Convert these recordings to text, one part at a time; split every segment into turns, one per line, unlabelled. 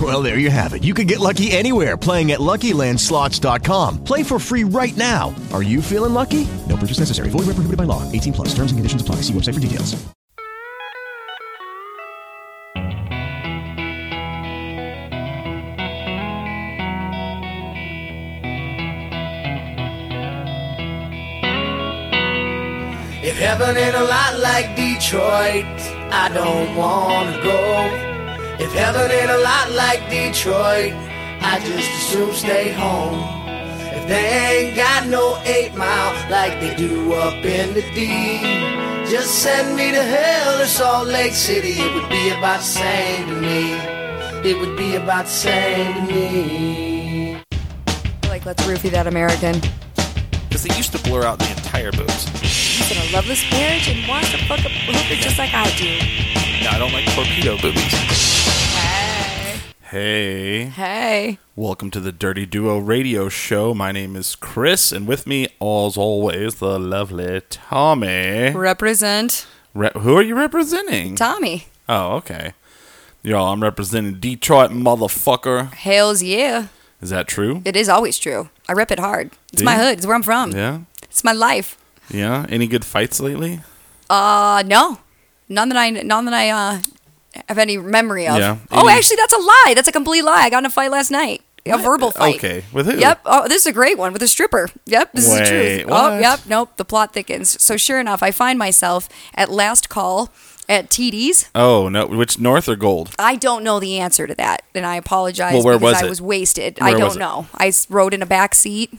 Well, there you have it. You can get lucky anywhere playing at LuckyLandSlots.com. Play for free right now. Are you feeling lucky? No purchase necessary. Void where prohibited by law. 18 plus. Terms and conditions apply. See website for details.
If heaven ain't a lot like Detroit, I don't wanna go. If heaven ain't a lot like Detroit, I just assume stay home. If they ain't got no eight mile like they do up in the D, just send me to hell or Salt Lake City. It would be about the same to me. It would be about the same to me.
Like, let's roofie that American.
Because they used to blur out the entire boobs.
He's gonna love this marriage and wants to fuck a hooker just like I do.
Now I don't like torpedo boobies.
Hey.
Hey.
Hey.
Welcome to the Dirty Duo Radio Show. My name is Chris, and with me, as always, the lovely Tommy.
Represent
Re- who are you representing?
Tommy.
oh, okay. Y'all, I'm representing Detroit, motherfucker.
Hells yeah.
Is that true?
It is always true. I rep it hard. It's
Do
my
you?
hood. It's where I'm from.
Yeah.
It's my life.
Yeah. Any good fights lately?
Uh, no. None that I, none that I, uh, have any memory of.
Yeah.
Oh,
Any-
actually, that's a lie. That's a complete lie. I got in a fight last night. A verbal fight.
Okay. With who?
Yep. Oh, this is a great one with a stripper. Yep. This is the
Wait,
truth. Oh,
what?
yep. Nope. The plot thickens. So sure enough, I find myself at last call at TD's.
Oh no. Which North or Gold?
I don't know the answer to that, and I apologize
Well, where
because
was
I
it?
was wasted. I
Where
don't
was it?
know. I s- rode in a back seat,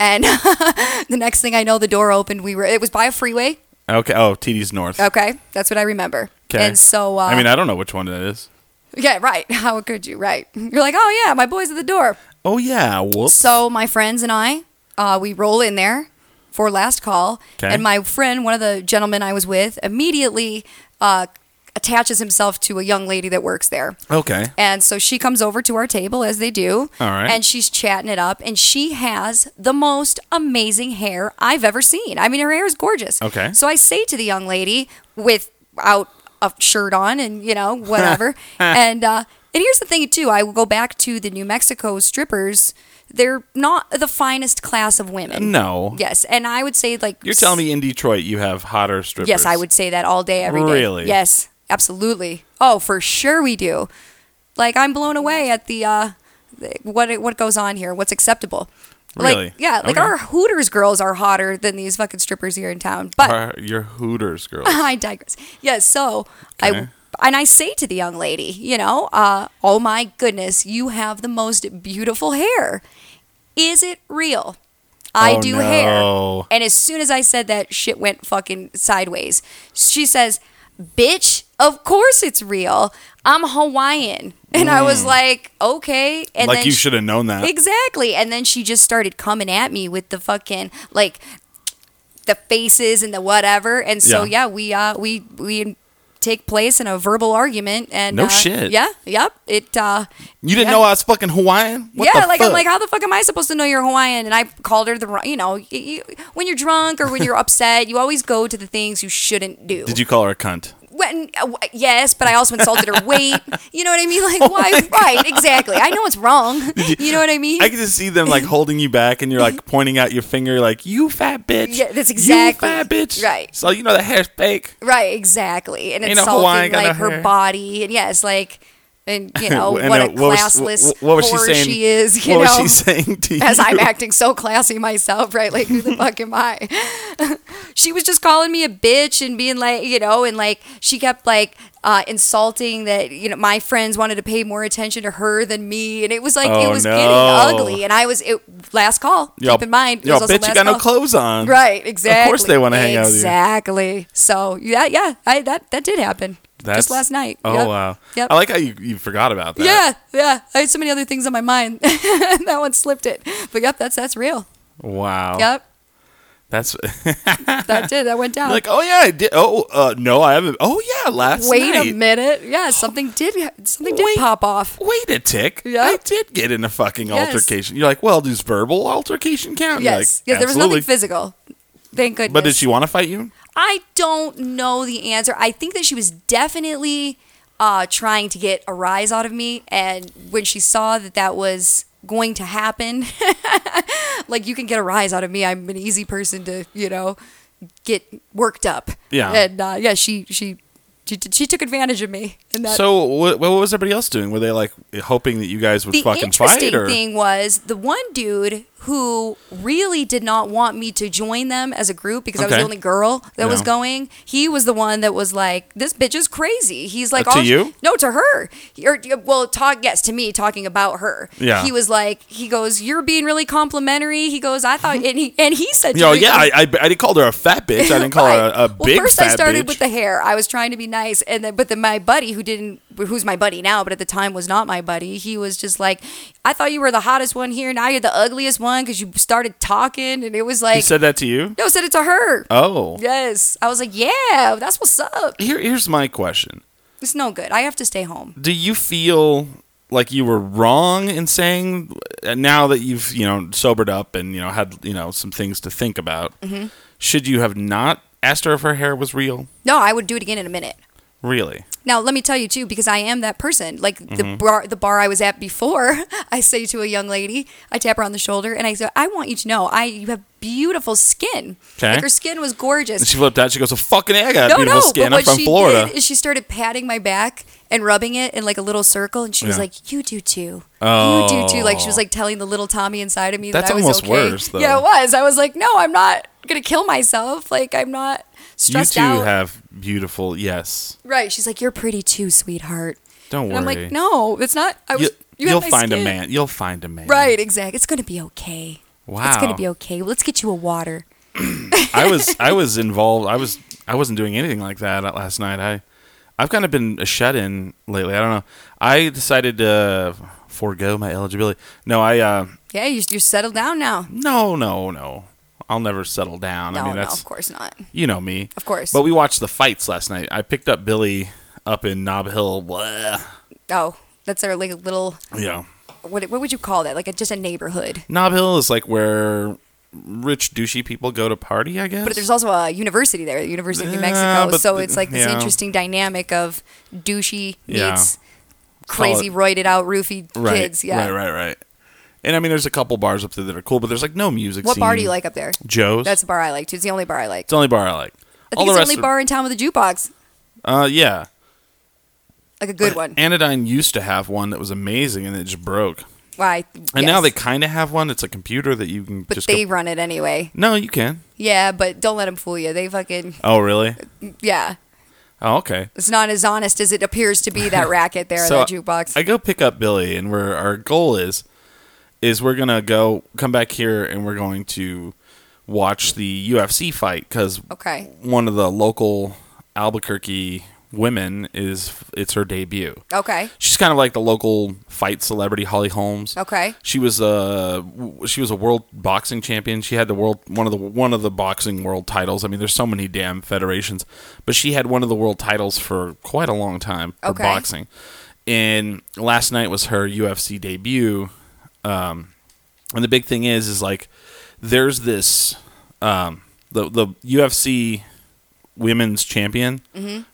and the next thing I know, the door opened. We were. It was by a freeway.
Okay. Oh, TD's North.
Okay, that's what I remember.
Okay.
And so, uh,
I mean, I don't know which one that is.
yeah, right. How could you? Right. You're like, oh yeah, my boy's at the door.
Oh yeah. Whoops.
So my friends and I, uh, we roll in there for last call,
'Kay.
and my friend, one of the gentlemen I was with, immediately uh, attaches himself to a young lady that works there.
okay.
And so she comes over to our table as they do.
All right.
And she's chatting it up. And she has the most amazing hair I've ever seen. I mean, her hair is gorgeous.
Okay.
So I say to the young lady without a shirt on and, you know, whatever. and, uh, and here's the thing, too. I will go back to the New Mexico strippers. They're not the finest class of women.
No.
Yes. And I would say, like,
You're telling me in Detroit you have hotter strippers?
Yes, I would say that all day, every day.
Really?
Yes, absolutely. Oh, for sure we do. Like I'm blown away at the uh, the- what what goes on here. What's acceptable?
Really?
Like yeah, like
Okay.
our Hooters girls are hotter than these fucking strippers here in town. But Uh-huh.
Are your Hooters girl?
I digress. Yes, so
Okay.
I and I say to the young lady, you know, uh, oh my goodness, you have the most beautiful hair. Is it real? I
Oh,
do
no.
hair. And as soon as I said that, shit went fucking sideways. She says, "Bitch, of course it's real. I'm Hawaiian." And I was like, "Okay." And
Mm. like you
she-
should have known that.
Exactly. And then she just started coming at me with the fucking like the faces and the whatever. And so
Yeah.
yeah, we uh we we take place in a verbal argument and
No
uh,
shit.
Yeah, yep. It uh
you didn't know I was fucking Hawaiian? What
yeah,
the
like
fuck?
I'm like, how the fuck am I supposed to know you're Hawaiian? And I called her the wrong, you know, y you, when you're drunk or when you're upset, you always go to the things you shouldn't do.
Did you call her a cunt?
When, uh, w- yes, but I also insulted her weight. You know what I mean? Like,
Oh
why? Right, exactly. I know it's wrong. You know what I mean?
I could just see them like holding you back, and you're like pointing out your finger, like you fat bitch.
Yeah, that's
You
exactly-
fat bitch.
right.
So you know that hair's fake.
Right, exactly. And
Ain't no
insulting
Hawaiian got no
like her
hair.
body and yes, like and you know
And,
Oh, what
uh,
a classless
was, wh- what was she
whore
saying?
she is, you
what was
know.
she saying to you?
as I'm acting so classy myself, right? Like who the fuck am I? she was just calling me a bitch and being like, you know, and like she kept like uh, insulting that you know my friends wanted to pay more attention to her than me, and it was like
Oh,
it was
no.
getting ugly. And I was it last call.
Y'all-
keep in mind, it
y'all
was also
bitch, you
last
got no
call.
clothes on.
Right, exactly.
Of course they want to hang out with you.
Exactly. So yeah, yeah, I, that that did happen
That's-
just last night.
Oh
Yep.
wow.
Yep.
I like how you, you forgot about that.
yeah, yeah. I had so many other things on
Oh.
my mind. that one slipped it. But yep, that's that's real.
Wow.
Yep.
That's
That did. That went down.
like, oh yeah, I did. Oh uh, no, I haven't. Oh yeah, last
Wait
night.
a minute. Yeah, something did something did
Wait.
pop off.
Wait a tick.
Yeah.
I did get in a fucking
Yes.
altercation. You're like, well, does verbal altercation count? You're
Yes.
like,
yes, there was nothing
absolutely.
physical. Thank goodness.
But did she want to fight you?
I don't know the answer. I think that she was definitely uh, trying to get a rise out of me, and when she saw that that was going to happen, like you can get a rise out of me. I'm an easy person to, you know, get worked up.
Yeah.
And uh, yeah, she she she, she took advantage of me. And that,
So what, what was everybody else doing? Were they like hoping that you guys would
the
fucking
interesting
fight or
thing was the one dude who really did not want me to join them as a group because I was
Okay.
the only girl that was
Yeah.
going. He was the one that was like, "This bitch is crazy." He's like,
Uh, to
all she-
you?
No, to her. Or well, talk yes to me talking about her.
Yeah.
He was like, he goes, "You're being really complimentary." He goes, "I thought," and he and he said, to
Yo,
me,
yeah, I, I, I didn't call her a fat bitch. I didn't call her a, a
Right. well,
big
first
fat
I started
bitch.
with the hair. I was trying to be nice, and then but then my buddy who didn't, who's my buddy now, but at the time was not my buddy. He was just like, I thought you were the hottest one here. Now you're the ugliest one because you started talking, and it was like,
he said that to you.
no, I said it to her.
Oh,
Yes, I was like, yeah, that's what's up.
here here's my question.
It's no good. I have to stay home.
Do you feel like you were wrong in saying uh, now that you've you know sobered up and you know had you know some things to think about?
Mm-hmm.
Should you have not asked her if her hair was real?
No, I would do it again in a minute.
Really?
Now, let me tell you too, because I am that person. Like
Mm-hmm.
the bar, the bar I was at before, I say to a young lady, I tap her on the shoulder, and I say, "I want you to know, I you have beautiful skin.
'Kay.
Like her skin was
And
gorgeous.
she flipped out. She goes, "A fucking egg! I got beautiful skin. I'm
what
from
she
Florida."
did is she started patting my back and rubbing it in like a little circle, and she was
Yeah. Oh.
like, "You do too. You do too." Like she was like telling the little Tommy inside of me
That's
that I was
almost
okay.
worse, though.
Yeah, it was. I was like, "No, I'm not gonna kill myself. Like I'm not
You
stressed
two
out."
have beautiful. Yes.
right? She's like, "You're pretty too, sweetheart."
Don't
And
worry.
I'm like, "No, it's not. I was. You,
you,
had
will
my
find a
skin."
man. You'll find a man.
Right? Exactly. It's gonna be okay. It's
Wow.
gonna be okay. Let's get you a water.
I was I was involved. I was I wasn't doing anything like that last night. I I've kind of been a shut in lately. I don't know. I decided to forego my eligibility. No, I uh
Yeah, you, you're settled down now.
no no no. I'll never settle down.
No,
I mean
no,
that's
of course not.
you know me.
Of course.
But we watched the fights last night. I picked up Billy up in Knob Hill. Blah.
Oh, that's our like little
Yeah.
what what would you call that? Like a, just a neighborhood.
Knob Hill is like where rich douchey people go to party, I guess.
But there's also a university there, the University of New
Yeah,
Mexico.
but
so
the-
it's like this
yeah.
interesting dynamic of douchey
Yeah.
meets
Call
crazy
it-
roided out roofie kids. Yeah.
Right, right, right. And I mean, there's a couple bars up there that are cool, but there's like no music.
What bar do
scene.
you like up there?
Joe's.
That's the bar I like too. It's the only bar I like.
it's the only bar I like.
I think it's the only bar in town with a jukebox,
Are, uh, yeah.
like a good one.
Anodyne used to have one that was amazing, and it just broke.
Why?
And now
yes.
they kind of have one. It's a computer that you can
But
just.
they
go-
run it anyway.
no, you can.
Yeah, but don't let them fool you. They fucking
Oh, really?
yeah.
Oh, okay.
It's not as honest as it appears to be. That racket there, that jukebox.
I go pick up Billy, and where our goal is, is we're gonna go come back here, and we're going to watch the UFC fight because
Okay.
one of the local Albuquerque women is it's her debut.
okay.
She's kind of like the local fight celebrity Holly Holmes.
Okay.
She was a she was a world boxing champion. She had the world one of the one of the boxing world titles. I mean, there's so many damn federations, but she had one of the world titles for quite a long time for
Okay.
boxing. And last night was her UFC debut. Um, and the big thing is, is like there's this um, the the UFC women's champion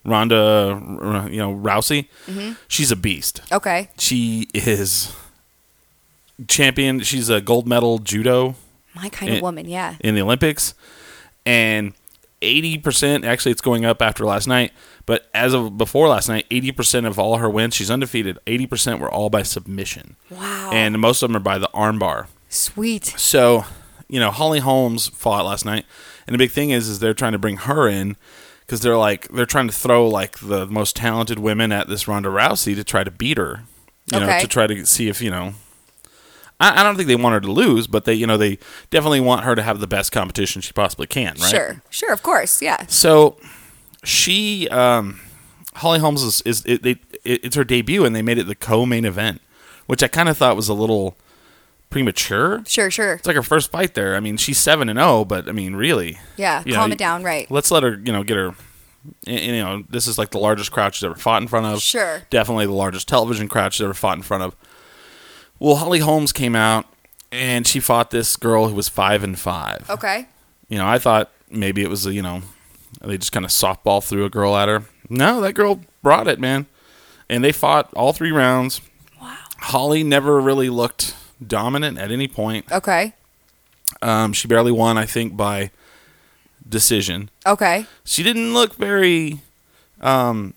Ronda, R- you know Rousey. She's a beast.
Okay.
She is champion. She's a gold medal judo
My kind of
It-
woman. Yeah.
in the Olympics, and eighty percent. Actually, it's going up after last night. But as of before last night, eighty percent of all her wins, she's undefeated. Eighty percent were all by submission.
Wow.
And most of them are by the armbar.
Sweet.
So, you know, Holly Holmes fought last night, and the big thing is, is they're trying to bring her in because they're like they're trying to throw like the most talented women at this Ronda Rousey to try to beat her, you know,
Okay.
to try to see if you know. I, I don't think they want her to lose, but they, you know, they definitely want her to have the best competition she possibly can, right?
Sure, sure, of course, yeah.
So she, um, Holly Holmes is, is it, they, it, it's her debut, and they made it the co-main event, which I kind of thought was a little premature.
Sure, sure.
It's like her first fight there. I mean, she's seven and zero, but I mean, really,
Yeah,
you
calm
know,
it down, right.
Let's let her, you know, get her. y- You know, this is like the largest crowd she's ever fought in front of.
Sure.
definitely the largest television crowd she's ever fought in front of. Well, Holly Holmes came out and she fought this girl who was five and five.
Okay.
You know, I thought maybe it was you know they just kind of softball threw a girl at her. No, that girl brought it, man. And they fought all three rounds. Wow. Holly never really looked dominant at any point.
Okay.
Um, she barely won, I think, by decision.
Okay.
She didn't look very um,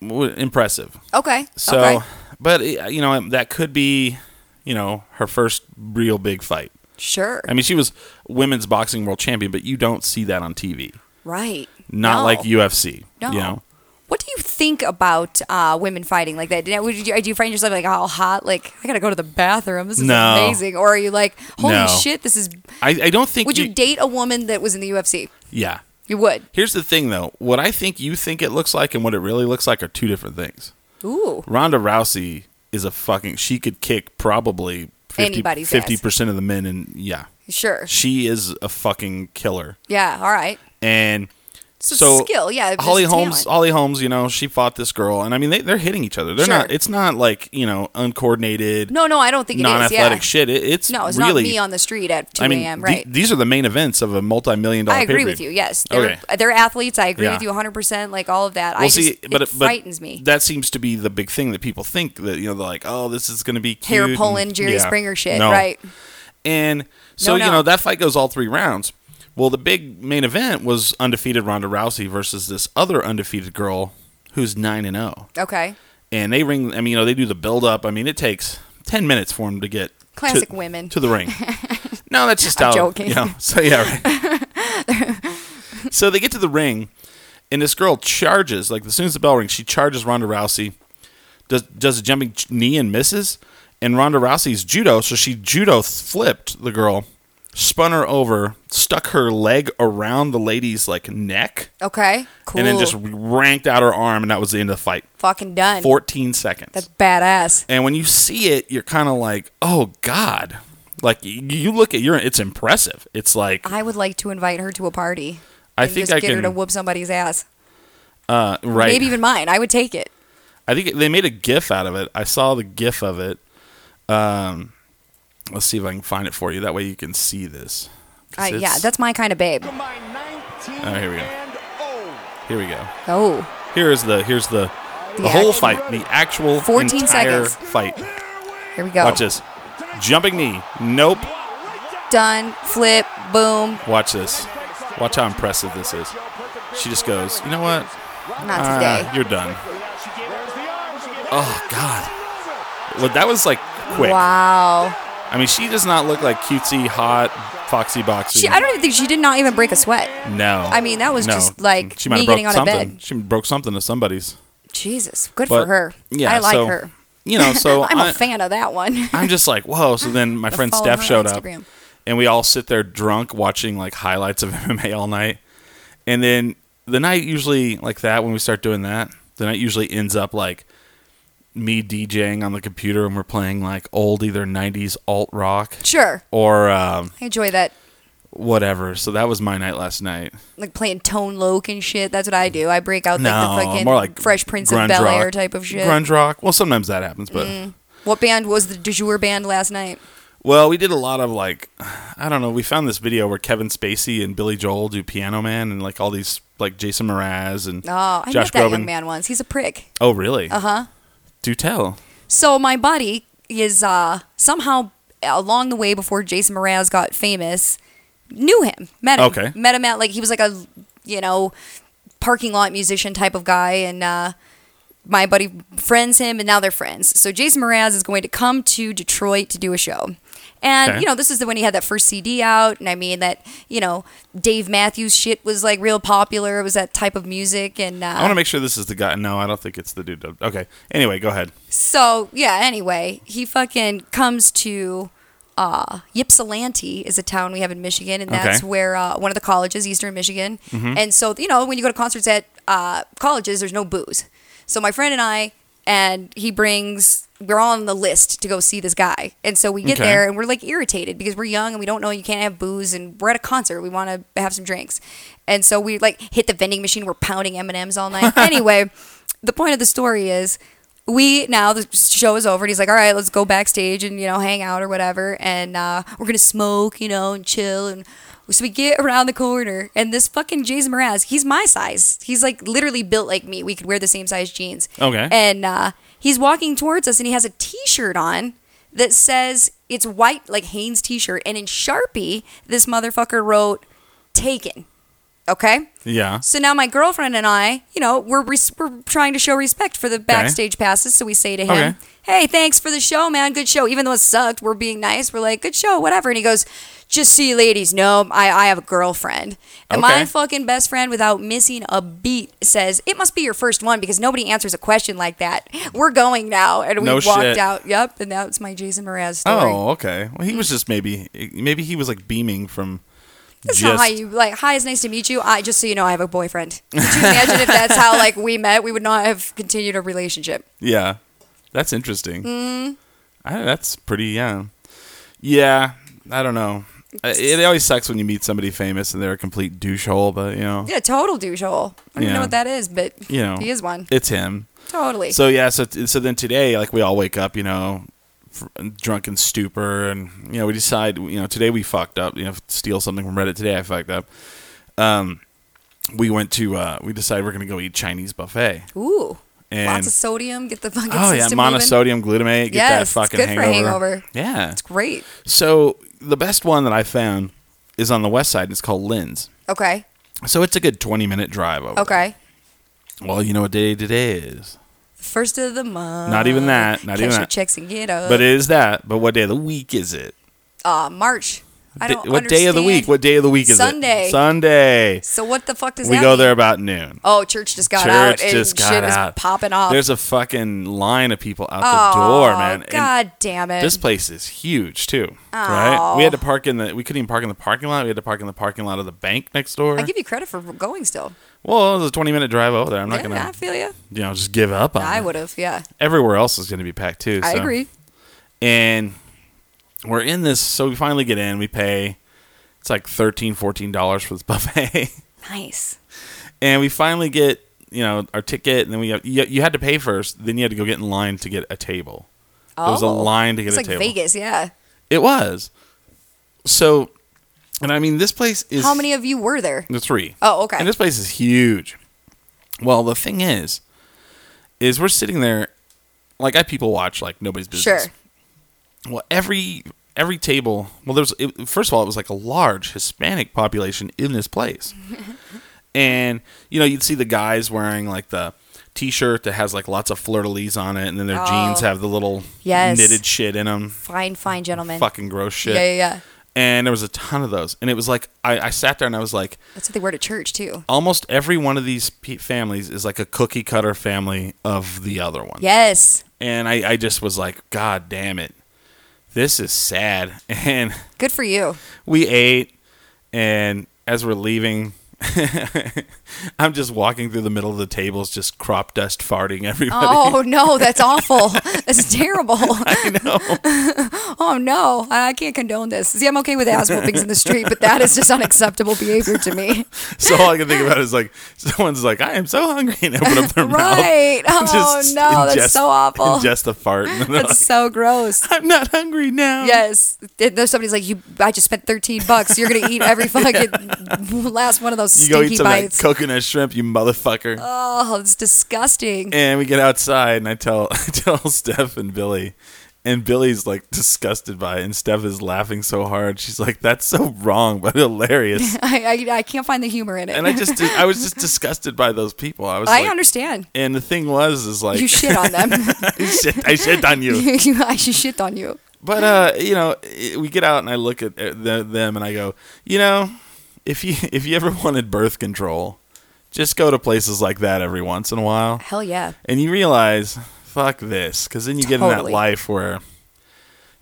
w- impressive.
Okay.
So,
okay.
but eh, you know that could be, you know, her first real big fight.
Sure.
I mean, she was women's boxing world champion, but you don't see that on TV.
right.
Not
No.
like UFC.
No.
You know,
What do you think about uh, women fighting like that? Did- Would you, do you find yourself like, oh, hot? Like, I gotta go to the bathroom. This is
No.
amazing. Or are you like, holy
No.
shit, this is?
I, I don't think.
Would you date a woman that was in the UFC?
Yeah.
You would.
Here's the thing, though. What I think you think it looks like and what it really looks like are two different things.
Ooh.
Ronda Rousey is a fucking. She could kick probably 50,
Anybody's ass.
percent of the men, and yeah,
Sure.
she is a fucking killer.
Yeah. All right.
And
So,
so
skill. Yeah. there's
Holly
talent.
Holmes, Holly Holmes, you know, she fought this girl, and I mean, they, they're hitting each other. They're
Sure.
not. It's not like you know, uncoordinated,
No, no, I don't think it is.
non-athletic
yeah.
shit. It, it's
No, it's
really.
not me on the street at 2
I mean,
a.m.
the-
Right.
these are the main events of a multi-million dollar.
I agree with
pay-per-view.
you. Yes, they're,
Okay.
they're athletes. I agree
Yeah.
with you 100. percent Like all of that. I
Well,
just,
see, but
it
but
frightens me.
That seems to be the big thing that people think that you know, they're like, oh, this is going to be cute
Hair
and-
pulling, Jerry
yeah.
Springer shit.
No.
Right.
And so
No,
you
no.
know that fight goes all three rounds. Well, the big main event was undefeated Ronda Rousey versus this other undefeated girl who's nine and oh. zero.
Okay.
And they ring. I mean, you know, they do the build up. I mean, it takes ten minutes for them to get to-
Classic women.
to the ring. no, that's just
I'm
how.
joking.
You know, so yeah. Right. so they get to the ring, and this girl charges. Like as soon as the bell rings, she charges Ronda Rousey. Does does a jumping ch- knee and misses, and Ronda Rousey's judo. So she judo flipped the girl, spun her over, stuck her leg around the lady's like neck,
Okay. Cool.
and then just ranked out her arm, and that was the end of the fight.
fucking done.
Fourteen seconds.
That's badass.
And when you see it, you're kind of like, oh God. Like y- you look at your, it's impressive. It's like
I would like to invite her to a party.
I
and
think
just
I
get her
can-
to whoop somebody's ass.
uh, right.
Maybe even mine. I would take it.
I think they made a GIF out of it. I saw the GIF of it. Um, let's see if I can find it for you. That way you can see this. 'Cause
I, Uh, yeah,
it's-
that's my kind of babe.
Oh, here we go. Here we go.
Oh,
Here is the here's the the,
The
whole
act-
fight. The actual
14
entire
seconds.
fight.
here we go.
Watch this. Jumping knee. Nope.
Done. Flip. Boom.
Watch this. Watch how impressive this is. She just goes. You know what?
Not
Uh,
today.
You're done. Oh God. Well, that was like quick.
Wow.
I mean, she does not look like cutesy, hot, foxy boxy.
She, I don't even think she did not even break a sweat.
No.
I mean, that was
No.
just like
she might
me
have broke
getting out of
something.
bed.
She broke something to somebody's.
Jesus, good
But
for her.
yeah,
I like
so-
her.
You know, so
I'm
I,
a fan of that one.
I'm just like, whoa. So then my friend
follow
Steph
her on
showed up,
Instagram.
and we all sit there drunk watching like highlights of MMA all night. And then the night usually like that when we start doing that, the night usually ends up like me DJing on the computer and we're playing like old either 90s alt rock
Sure,
or um,
I enjoy that.
whatever. So that was my night last night.
Like playing Tone Loc and shit. That's what I do. I break out like
No,
the fucking
more like
Fresh Prince
grunge
of Bel Air
rock.
type of shit. Mm.
Grunge rock. Well, sometimes that happens, but
What band was the du jour band last night?
well, we did a lot of like I don't know. We found this video where Kevin Spacey and Billy Joel do Piano Man and like all these like Jason Mraz and
Oh, I
Josh
met that
Groban.
young man Uh-huh. once. He's a prick.
Oh, really? Uh huh. Do tell.
So my buddy is uh, somehow along the way before Jason Mraz got famous, knew him, met him,
Okay.
met him at like he was like a you know parking lot musician type of guy, and uh, my buddy friends him, and now they're friends. So Jason Mraz is going to come to Detroit to do a show. And
Okay.
you know this is the when he had that first CD out, and I mean that you know Dave Matthews shit was like real popular. It was that type of music, and uh,
I want to make sure this is the guy. No, I don't think it's the dude. Okay. Anyway, go ahead.
So yeah, anyway, he fucking comes to uh, Ypsilanti is a town we have in Michigan, and that's
Okay. Mm-hmm.
where uh, one of the colleges, Eastern Michigan. And so you know when you go to concerts at uh, colleges, there's no booze. So my friend and I and he brings we're all on the list to go see this guy. And so we get
Okay.
there and we're like irritated because we're young and we don't know you can't have booze and we're at a concert. We want to have some drinks. And so we like hit the vending machine, we're pounding M&Ms all night. anyway, the point of the story is we now the show is over and he's like all right let's go backstage and you know hang out or whatever and uh, we're gonna smoke you know and chill and so we get around the corner and this fucking jason mraz he's my size he's like literally built like me we could wear the same size jeans
Okay.
and uh, he's walking towards us and he has a t-shirt on that says it's white like haynes t-shirt and in sharpie this motherfucker wrote taken okay
Yeah.
so now my girlfriend and I, you know, we're res- we're trying to show respect for the backstage passes. So we say to him,
Okay.
"Hey, thanks for the show, man. Good show. Even though it sucked, we're being nice. We're like, good show, whatever." And he goes, "Just see, ladies, no, I I have a girlfriend." And
Okay.
my fucking best friend, without missing a beat, says, "It must be your first one because nobody answers a question like that." We're going now, and we
No
walked
shit.
out. Yep, and that's my Jason Mraz story.
Oh, okay. Well, he was just maybe maybe he was like beaming from
That's
just
not how you like. Hi, it's nice to meet you. I just so you know, I have a boyfriend. Could you imagine if that's how like we met? We would not have continued a relationship.
Yeah, that's interesting. I, that's pretty. Yeah, yeah. I don't know. I- It always sucks when you meet somebody famous and they're a complete douchehole, but you know,
Yeah, total douchehole. I don't even
Yeah.
know what that is, but
you know,
he is one.
It's him.
Totally.
So yeah, so so then today, like we all wake up, you know, fr- drunk and stupor, and you know we decide, you know, today we fucked up. You know, steal something from Reddit today. I fucked up. Um, we went to uh, we decided we're gonna go eat Chinese buffet.
Ooh,
And-
lots of sodium. Get the fucking
Oh yeah,
system moving.
monosodium glutamate. Get
Yes,
that
it's
fucking
good for
hangover.
hangover.
Yeah,
It's great.
So the best one that I found is on the west side. and It's called Lynn's.
Okay.
So it's a good twenty minute drive over.
Okay.
there. Well, you know what day today is.
First of the month.
Not even that. Not
Cash
even
your
that.
checks and get up.
But it is that. But what day of the week is it?
uh, March. I
Di-
don't
what day of the week?
understand.
What day of the week is
Sunday.
it? Sunday.
So what the fuck does
We
that
go
mean?
there about noon.
Oh, church just got
Church
out and
just got
shit
out.
was popping off.
There's a fucking line of people out the
oh,
door, man. And
God damn it.
this place is huge too, right? We had to park in the. We couldn't even park in the parking lot. We had to park in the parking lot of the bank next door.
I give you credit for going still.
well, it was a 20 minute drive over there. I'm not
yeah,
gonna.
I feel you.
you know, just give up on
I
it.
would have. Yeah,
Everywhere else is going to be packed too.
I
so.
agree.
And we're in this, so we finally get in. We pay. It's like 13 dollars for this buffet,
Nice.
and we finally get you know our ticket, and then we you, you had to pay first, then you had to go get in line to get a table. There was a
Oh.
line to get
It's
a
like
table.
Vegas. Yeah.
It was. So, and I mean, this place is
How many of you were there?
The three.
Oh, okay.
And this place is huge. Well, the thing is, is we're sitting there, like I people watch like nobody's business.
Sure.
Well, every every table. Well, there's it, first of all, it was like a large Hispanic population in this place, and you know you'd see the guys wearing like the t-shirt that has like lots of fleur-de-lis on it, and then their jeans have the little
Oh. Yes.
knitted shit in them.
Fine, fine, gentlemen.
Fucking gross shit.
Yeah, yeah, yeah.
And there was a ton of those, and it was like I, I sat there and I was like,
That's what they wear to church too.
almost every one of these pe- families is like a cookie cutter family of the other one.
Yes.
And I, I just was like, God damn it. This is sad. And
Good for you.
we ate, and as we're leaving, I'm just walking through the middle of the tables, just crop dust farting everybody.
Oh no, that's awful. That's terrible.
I know.
Oh no, I I can't condone this. See, I'm okay with ass whoopings in the street, but that is just unacceptable behavior to me.
So all I can think about is like, someone's like, I am so hungry, and open up their mouth.
Right.
and
Oh, no, that's so awful.
Ingest a fart. And then they're
That's
like,
so gross.
I'm not hungry now.
Yes, Th- there's somebody's like you. I just spent 13 bucks. You're gonna eat every fucking last one of those
You go
stinky
eat some of that
bites.
coconut shrimp, you motherfucker.
oh, it's disgusting.
and we get outside, and I tell I tell Steph and Billy, and Billy's like disgusted by it, and Steph is laughing so hard. She's like, "That's so wrong, but hilarious."
I, I I can't find the humor in it.
and I just I was just disgusted by those people. I was.
I
like-
understand.
And the thing was, is like
You shit on them.
I shit, I shit on you.
you, I should shit on you.
But uh, you know, it- we get out, and I look at uh, the, them, and I go, you know, if you if you ever wanted birth control, just go to places like that every once in a while.
Hell yeah.
and you realize fuck this because then you get in that
Totally.
life where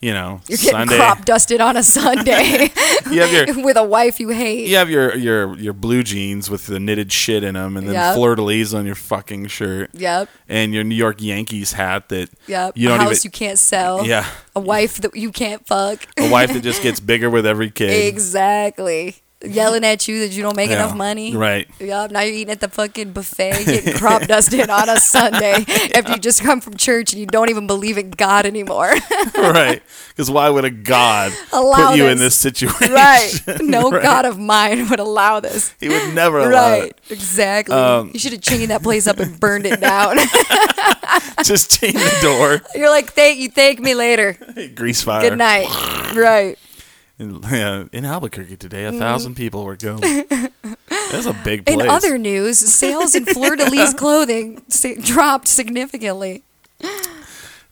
you know,
You're getting
Sunday.
crop dusted on a Sunday
You have your
with a wife you hate.
you have your your your blue jeans with the knitted shit in them, and then
Yep.
fleur de lis on your fucking shirt.
Yep.
And your New York Yankees hat that
Yep.
you
a
don't
house
even
you can't sell.
Yeah.
A wife that you can't fuck.
a wife that just gets bigger with every kid.
exactly. Yelling at you that you don't make
Yeah.
enough money.
Right.
Yep. Now you're eating at the fucking buffet, getting crop dusted on a Sunday after you just come from church and you don't even believe in God anymore.
right. Because why would a god
Allow
put you in this
this.
situation?
right. No
Right.
God of mine would allow this.
He would never allow
Right,
it.
exactly.
Um,
you should have chained that place up and burned it down.
Just chain the door.
You're like, thank you, thank me later.
Grease fire.
Good night. right.
In, yeah, in Albuquerque today, a thousand people were going. That's a big place.
Mm-hmm. In other news, sales in Fleur de Lis clothing sa- dropped significantly.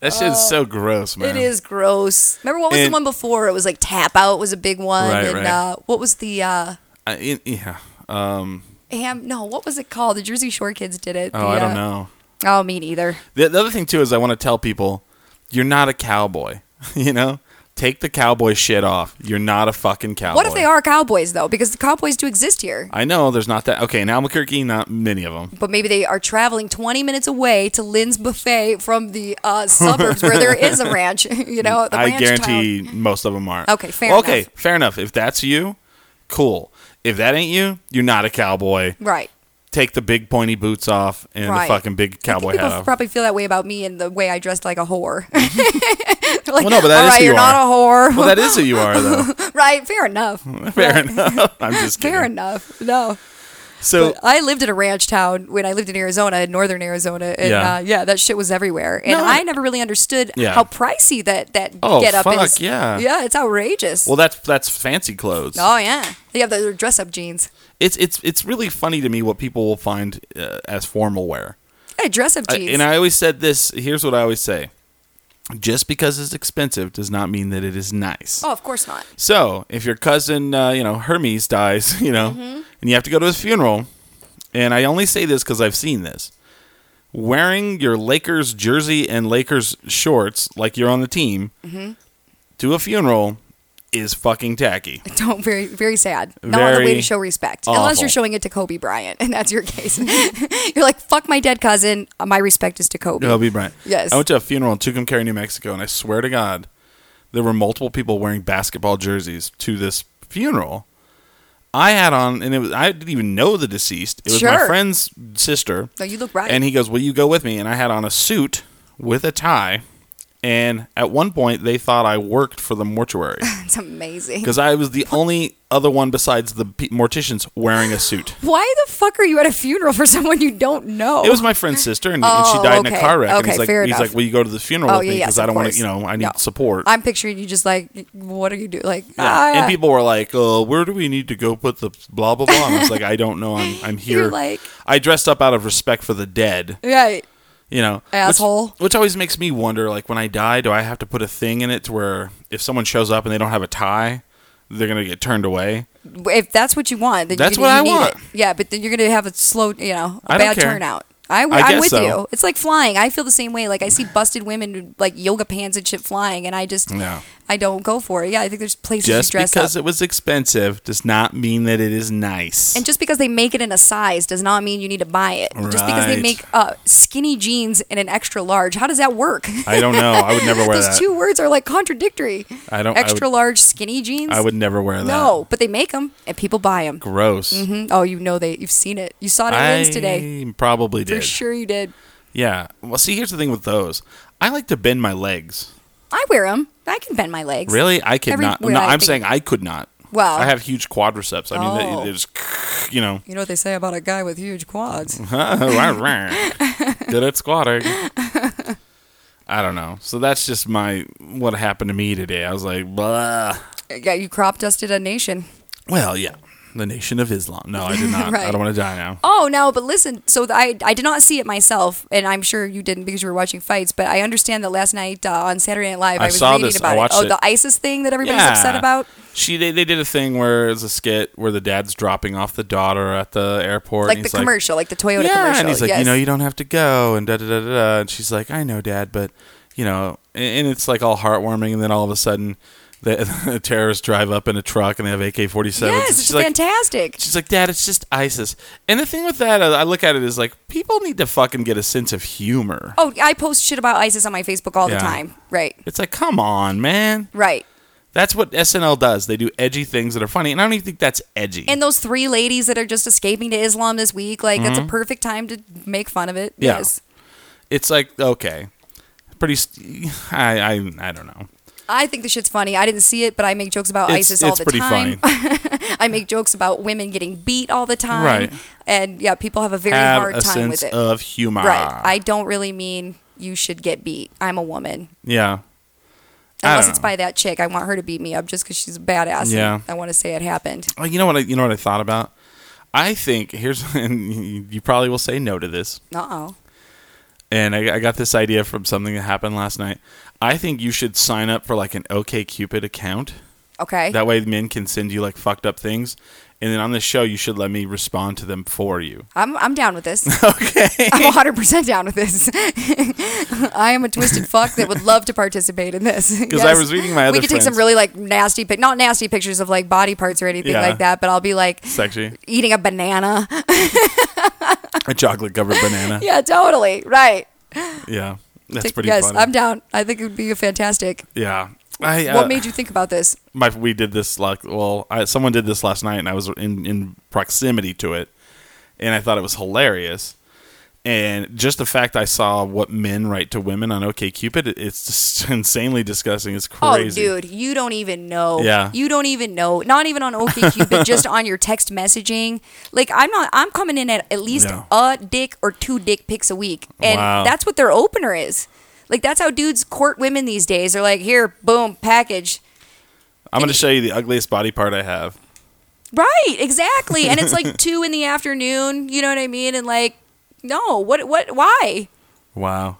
that shit's so gross, man.
Oh, It is gross. Remember what was
And-
the one before? It was like Tap Out was a big one,
Right,
and
right.
Uh, what was the uh,
I, it- yeah. Um,
Am? No, what was it called? The Jersey Shore kids did it.
oh,
The,
I don't
uh,
know.
Oh, me neither.
The, the other thing too is I want to tell people, you're not a cowboy. you know, take the cowboy shit off. You're not a fucking cowboy.
What if they are cowboys though? Because the cowboys do exist here.
I know there's not that. Okay, in Albuquerque, not many of them.
but maybe they are traveling 20 minutes away to Lynn's Buffet from the uh, suburbs where there is a ranch. You know, the
I
ranch town.
guarantee most of them aren't.
Okay, fair
Well, Okay,
enough.
fair enough. If that's you, cool. If that ain't you, you're not a cowboy.
Right.
Take the big pointy boots off and
Right.
the fucking big
I think
cowboy
people
hat off.
probably feel that way about me and the way I dressed like a whore. like,
Well, no, but that
all
is
right,
who you
you're not a whore.
well, that is who you are, though.
right, fair enough.
Fair enough. I'm just kidding.
Fair enough. No.
So
But uh, I lived in a ranch town when I lived in Arizona, in northern Arizona, and
Yeah.
yeah, uh, yeah that shit was everywhere. And
No.
I never really understood
Yeah.
how pricey that that
Oh,
get up
fuck,
is.
yeah.
yeah, it's outrageous.
well, that's that's fancy clothes.
oh yeah, they have the dress up jeans.
It's it's it's really funny to me what people will find uh, as formal wear.
Yeah, dress up
I-
jeans.
and I always said this. Here's what I always say: just because it's expensive does not mean that it is nice.
oh, of course not.
So if your cousin, uh, you know, Hermes dies, you know, and you have to go to his funeral, and I only say this because I've seen this. Wearing your Lakers jersey and Lakers shorts like you're on the team to a funeral is fucking tacky.
Don't very very sad. Not on the way
Very
to show respect.
awful.
Unless you're showing it to Kobe Bryant, and that's your case. you're like, fuck my dead cousin. My respect is to Kobe.
Kobe Bryant.
Yes.
I went to a funeral in Tucumcari, New Mexico, and I swear to God, there were multiple people wearing basketball jerseys to this funeral. I had on, and it was, I didn't even know the deceased. It was my
Sure.
friend's sister.
No, you look right.
And he goes, "Will you go with me?" And I had on a suit with a tie. And at one point, they thought I worked for the mortuary
It's amazing.
because I was the only other one besides the pe- morticians wearing a suit.
Why the fuck are you at a funeral for someone you don't know?
It was my friend's sister, and, and she
Oh,
died in a
okay.
car wreck. and
Okay,
he's like,
fair
he's
enough.
like, "Will you go to the funeral
Oh,
with me?
yeah,
Because
yes,
I
of
don't want
course.
to, you know, I need
No.
support."
I'm picturing you just like, what are you doing? Like,
Yeah.
ah.
And people were like, uh, "Where do we need to go put the blah blah blah?" And I was like, "I don't know. I'm I'm here."
You're like-
I dressed up out of respect for the dead,
Right.
you know, which-
Asshole.
Which, always makes me wonder, like, when I die, do I have to put a thing in it to where if someone shows up and they don't have a tie, they're gonna get turned away?
If that's what you want, then
That's
you're gonna,
what
you
I
need
want.
It. Yeah, but then you're gonna have a slow, you know, a
I don't
bad
care.
turnout. I,
I
am
guess
with
so.
you. It's like flying. I feel the same way. Like I see busted women in, like yoga pants and shit flying, and I just,
Yeah.
I don't go for it. Yeah, I think there's places
Just
you dress
because
up,
it was expensive does not mean that it is nice.
and just because they make it in a size does not mean you need to buy it. Just because
Right.
they make uh, skinny jeans in an extra large, how does that work?
I don't know. I would never wear
Those
that.
two words are like contradictory.
I don't- I
Extra
would-
large skinny jeans.
I would never wear that.
No, but they make them and people buy them.
Gross.
Oh, you know they. You've seen it. You saw it at Lynn's today.
I probably
For
did.
sure you did.
Yeah. Well, see, here's the thing with those. I like to bend my legs.
I wear them. I can bend my legs.
Really, I could not.
Everywhere
No,
I
I'm
think-
saying I could not.
Wow.
I have huge quadriceps. I mean,
Oh.
they, they just, you know,
You know what they say about a guy with huge quads.
did it squatting. I don't know. So that's just my what happened to me today. I was like, blah.
yeah, you crop dusted a nation.
Well, yeah, the Nation of Islam. No, I did not. I
Right.
don't want to die now.
Oh no, but listen. So th- I I did not see it myself, and I'm sure you didn't because you were watching fights. But I understand that last night uh, on Saturday Night Live,
I
I, was
saw
reading
this. I
about
watched
it. Oh,
it.
the ISIS thing that everybody's upset about.
She they, they did a thing where it's a skit where the dad's dropping off the daughter at the airport.
Like
and
the
he's
commercial, like the Toyota
yeah,
commercial.
and he's like,
yes.
you know, you don't have to go, and da da da da. da." And she's like, I know, Dad, but you know, and, and it's like all heartwarming. And then all of a sudden, the, the terrorists drive up in a truck and they have AK 47s.
yes, it's fantastic.
She's like, Dad, it's just ISIS. And the thing with that, uh, I I look at it is like, people need to fucking get a sense of humor.
oh, I post shit about ISIS on my Facebook all
Yeah.
the time. Right,
It's like, come on, man.
right.
That's what SNL does. They do edgy things that are funny. And I don't even think that's edgy.
And those three ladies that are just escaping to Islam this week, like it's a perfect time to make fun of it.
Mm-hmm. Yeah.
Yes.
it's like, okay. Pretty, st- I, I, I don't know.
I think the shit's funny. I didn't see it, but I make jokes about
It's,
ISIS all
it's
the
pretty
time.
funny.
I make jokes about women getting beat all the time.
Right.
And yeah, people have a very
Have
hard
a
time
sense
with it.
of humor.
right. I don't really mean you should get beat. I'm a woman.
yeah. I
Unless
don't
it's
know.
by that chick. I want her to beat me up just because she's a badass. and
Yeah.
I want to say it happened.
Oh, you know what? I, you know what I thought about. I think here's, and you- you probably will say no to this.
Uh oh.
and I, I got this idea from something that happened last night. I think you should sign up for like an OKCupid account.
Okay.
That way, men can send you like fucked up things, and then on the show, you should let me respond to them for you.
I'm, I'm down with this. okay. I'm 100% down with this. I am a twisted fuck that would love to participate in this. Because
I was reading my other
We could take some
friends-
really like nasty, pic- not nasty pictures of like body parts or anything
Yeah.
like that, but I'll be like
Sexy,
eating a banana.
a chocolate covered banana. Yeah,
yeah, totally. Right.
that's
Take-
pretty.
yes,
funny.
I'm down. I think it would be fantastic.
yeah. I, uh,
What made you think about this?
my we did this like well I, someone did this last night and I was in in proximity to it and I thought it was hilarious and just the fact I saw what men write to women on OKCupid it- it's just insanely disgusting it's crazy
Oh, dude, you don't even know.
Yeah.
You don't even know. Not even on OKCupid, just on your text messaging. Like I'm not. I'm coming in at at least
Yeah.
a dick or two dick pics a week, and
Wow.
that's what their opener is. Like that's how dudes court women these days. They're like, here, boom, package.
I'm gonna show you the ugliest body part I have
Right, exactly. And it's like two in the afternoon. You know what I mean? And like, no, what, what, why?
wow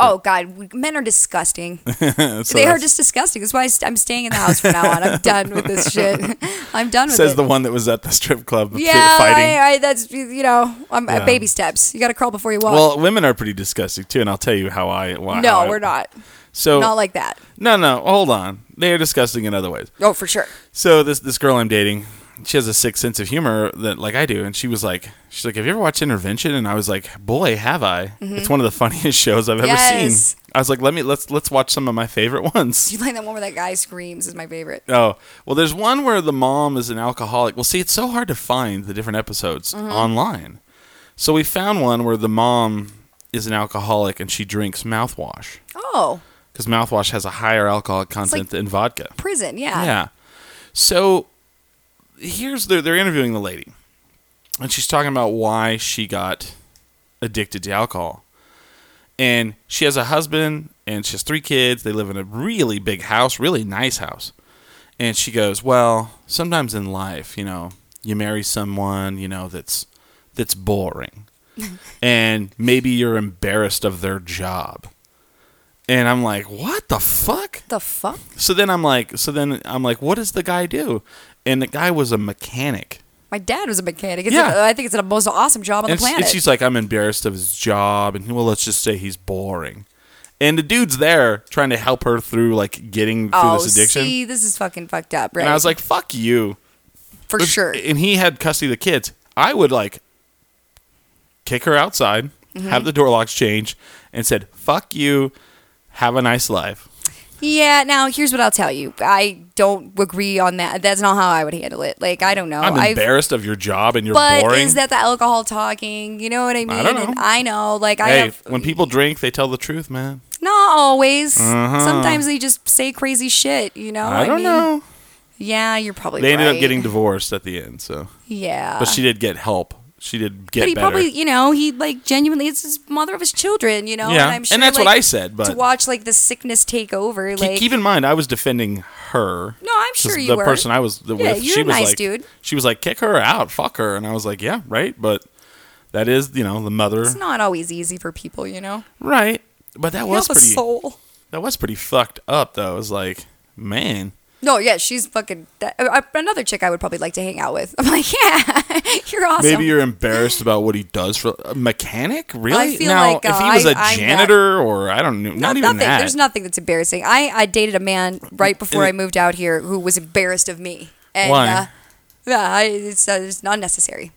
Oh God, men are disgusting.
So
they are
that's-
just disgusting. That's why I st- I'm staying in the house from now on. I'm done with this shit. I'm done with
says
it.
the one that was at the strip club fi-
yeah,
fighting
I, I, that's you know, I'm
Yeah.
baby steps. You got to crawl before you walk.
well women are pretty disgusting too and I'll tell you how I why,
no,
how I-
we're not.
so
not like that.
no no hold on they are disgusting in other ways
Oh, for sure.
So this this girl I'm dating, she has a sick sense of humor that like I do, and she was like, she's like, "Have you ever watched Intervention?" And I was like, "Boy, have I! It's one of the funniest shows I've ever
Mm-hmm. Yes.
seen." I was like, "Let me let's let's watch some of my favorite ones."
You like that one where that guy screams is my favorite.
Oh well, there's one where the mom is an alcoholic. Well, see, it's so hard to find the different episodes
Mm-hmm.
online, so we found one where the mom is an alcoholic and she drinks mouthwash
Oh,
because mouthwash has a higher alcohol content than vodka.
prison. Yeah.
Yeah. So here's the, they're interviewing the lady, and she's talking about why she got addicted to alcohol. And she has a husband and she has three kids. They live in a really big house, really nice house. And she goes, "Well, sometimes in life, you know, you marry someone, you know, that's that's boring. and maybe you're embarrassed of their job." And I'm like, "What the fuck?"
The fuck?
So then I'm like, so then I'm like, what does the guy do? And the guy was a mechanic.
My dad was a mechanic. It's
Yeah.
a, I think it's the most awesome job on
And,
the
she- and
planet.
she's like, I'm embarrassed of his job. And well, let's just say he's boring. And the dude's there trying to help her through like getting through
oh,
this addiction.
see, this is fucking fucked up, right?
and I was like, fuck you.
for
Let's-
sure.
And he had custody of the kids. I would like kick her outside,
Mm-hmm.
have the door locks changed, and said, fuck you. Have a nice life.
Yeah, now here's what I'll tell you. I don't agree on that. That's not how I would handle it. Like I don't know.
I'm
Oh, I've-
embarrassed of your job and you're
but
boring.
is that the alcohol talking? You know what I mean?
don't know.
And I know. Like I
hey,
have
when people drink, they tell the truth, man.
not always. Sometimes they just say crazy shit, you know?
Uh-huh. I don't
mean,
know.
Yeah, you're probably
They ended up
right.
getting divorced at the end, so
Yeah.
but she did get help. She did get
but he
better.
probably, you know, he like genuinely it's his mother of his children, you know.
Yeah,
and I'm
and
sure
that's what
like,
I said, but-
to watch like the sickness take over,
Ke-
like
keep in mind, I was defending her.
No, I'm
'cause
sure you
the
were.
person I was the
Yeah,
with.
you're
she
a
was
nice
like,
dude.
She was like, kick her out, fuck her, and I was like, yeah, right, but that is, you know, the mother,
it's not always easy for people, you know.
right? But that
You
was
have a
pretty.
soul.
That was pretty fucked up, though. It was like, man,
No, yeah, she's fucking that, uh, another chick I would probably like to hang out with. I'm like, yeah, you're awesome.
Maybe you're embarrassed about what he does for a mechanic. Really?
feel
now,
like,
if
uh,
he was
I-
a
I'm not-
janitor or I don't know, not, even
nothing.
that.
There's nothing that's embarrassing. I, I dated a man right before I moved out here who was embarrassed of me. And,
Why?
Uh, yeah, I, it's, uh, it's not necessary.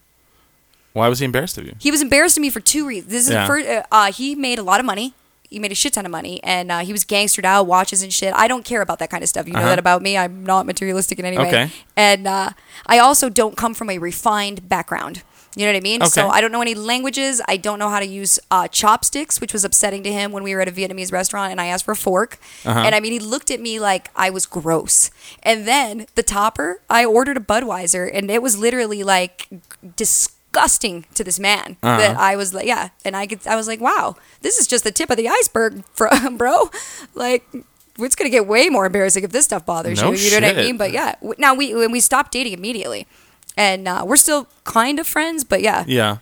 Why was he embarrassed of you?
He was embarrassed of me for two reasons. This is
Yeah.
the first. Uh, uh, he made a lot of money. He made a shit ton of money, and uh, he was gangstered out, watches and shit. I don't care about that kind of stuff. You know
Uh-huh.
that about me. I'm not materialistic in any way.
Okay.
And uh, I also don't come from a refined background. You know what I mean? So
Okay.
I don't know any languages. I don't know how to use uh, chopsticks, which was upsetting to him when we were at a Vietnamese restaurant and I asked for a fork.
Uh-huh.
And I mean, he looked at me like I was gross. And then the topper, I ordered a Budweiser and it was literally like disgusting to this man
Uh-huh.
that I was like, yeah. And I could, I was like, wow, this is just the tip of the iceberg, fro- bro. Like, it's gonna get way more embarrassing if this stuff bothers
No
you. You know what I
shit.
mean? But yeah, w- now we when we stopped dating immediately, and uh, we're still kind of friends. But yeah,
Yeah.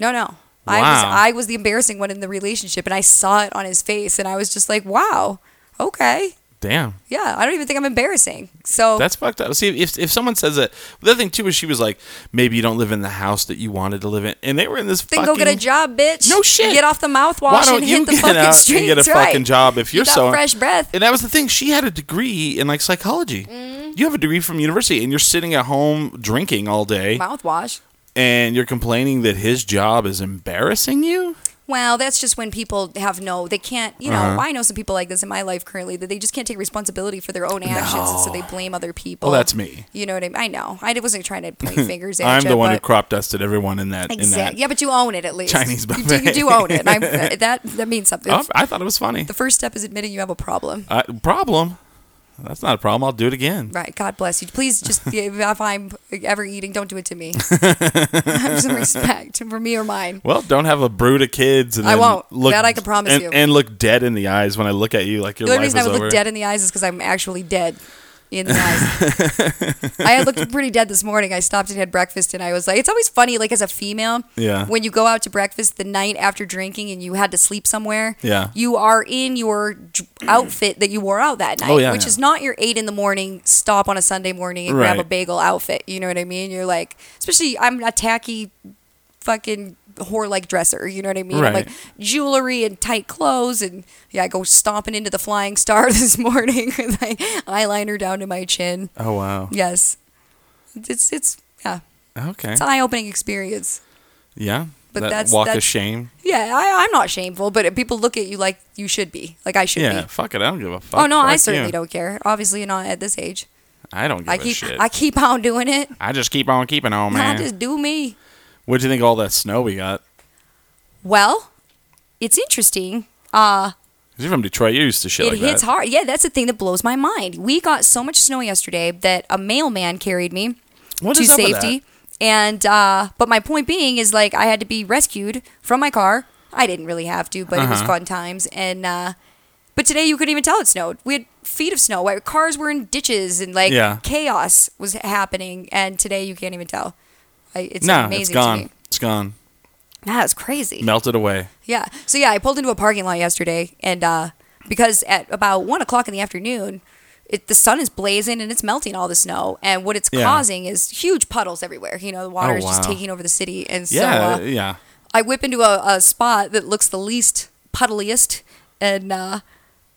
no, no. I was
Wow.
I was the embarrassing one in the relationship, and I saw it on his face, and I was just like, "Wow, okay,
Damn.
yeah." I don't even think I'm embarrassing. So
That's fucked up. See, if, if someone says that, the other thing too is she was like, maybe you don't live in the house that you wanted to live in, and they were in this.
then
fucking,
go get a job, bitch.
No shit.
Get off the mouthwash
Why don't
and
you
hit the
get
fucking
out
streets.
and get a
right.
fucking job if you're
Without
so
fresh breath.
And that was the thing. She had a degree in like psychology.
Mm.
You have a degree from university, and you're sitting at home drinking all day,
mouthwash.
and you're complaining that his job is embarrassing you.
Well, that's just when people have no, they can't, you know,
Uh-huh.
I know some people like this in my life currently that they just can't take responsibility for their own actions. And so they blame other people.
Well, that's me.
You know what I mean? I know. I wasn't trying to point fingers at
I'm
you.
the one who
but
crop dusted everyone in that. In that.
Exactly. Yeah, but you own it at least.
Chinese
You do,
buffet.
you do own it. And I'm, uh, that, that means something.
Oh, I thought it was funny.
the first step is admitting you have a problem.
Uh, problem? That's not a problem. I'll do it again.
Right. God bless you. Please just, if I'm ever eating, don't do it to me. have some respect for me or mine.
Well, don't have a brood of kids. And
I
then
won't.
Look,
That I can promise
and,
you.
And look dead in the eyes when I look at you, like your
The
life
only
is
reason I would
over.
look dead in the eyes is because I'm actually dead in the eyes. I had looked pretty dead this morning. I stopped and had breakfast, and I was like, it's always funny, like as a female,
Yeah.
when you go out to breakfast the night after drinking and you had to sleep somewhere,
Yeah.
you are in your d- outfit that you wore out that night,
Oh, yeah,
which
yeah.
is not your eight in the morning stop on a Sunday morning and grab
Right.
a bagel outfit. You know what I mean? You're like, especially I'm a tacky fucking whore like dresser. You know what I mean? I'm
Right.
like jewelry and tight clothes and yeah, I go stomping into the flying star this morning with my eyeliner down to my chin.
Oh wow.
Yes. It's it's yeah.
Okay.
It's an eye opening experience.
Yeah.
But
that
that's-
walk of
that's-
shame.
Yeah, I, I'm not shameful, but people look at you like you should be. Like I should
Yeah.
be.
Fuck it. I don't give a fuck.
Oh no, I
Fuck
certainly
you.
don't care. Obviously not at this age.
I don't give
I
a
keep
Oh, shit.
I keep on doing it.
I just keep on keeping on,
I
man.
just do me.
What'd you think of all that snow we got?
Well, it's interesting. Uh
'Cause You're from Detroit. You're used to shit
it
like
hits
that.
hard. Yeah, that's the thing that blows my mind. We got so much snow yesterday that a mailman carried me
What
to
is up with
safety. And uh, but my point being is like I had to be rescued from my car. I didn't really have to, but it
Uh-huh.
was fun times. And uh, but today you couldn't even tell it snowed. We had feet of snow. Our cars were in ditches and like
Yeah.
chaos was happening. And today you can't even tell. I, it's
No,
amazing
it's
to me.
gone. It's gone.
That's crazy.
Melted away.
Yeah. So yeah, I pulled into a parking lot yesterday, and uh, because at about one o'clock in the afternoon, it, the sun is blazing and it's melting all the snow, and what it's
Yeah.
causing is huge puddles everywhere. You know, the water
Oh,
is just
wow.
taking over the city, and so
Yeah.
uh,
yeah.
I whip into a, a spot that looks the least puddliest, and uh,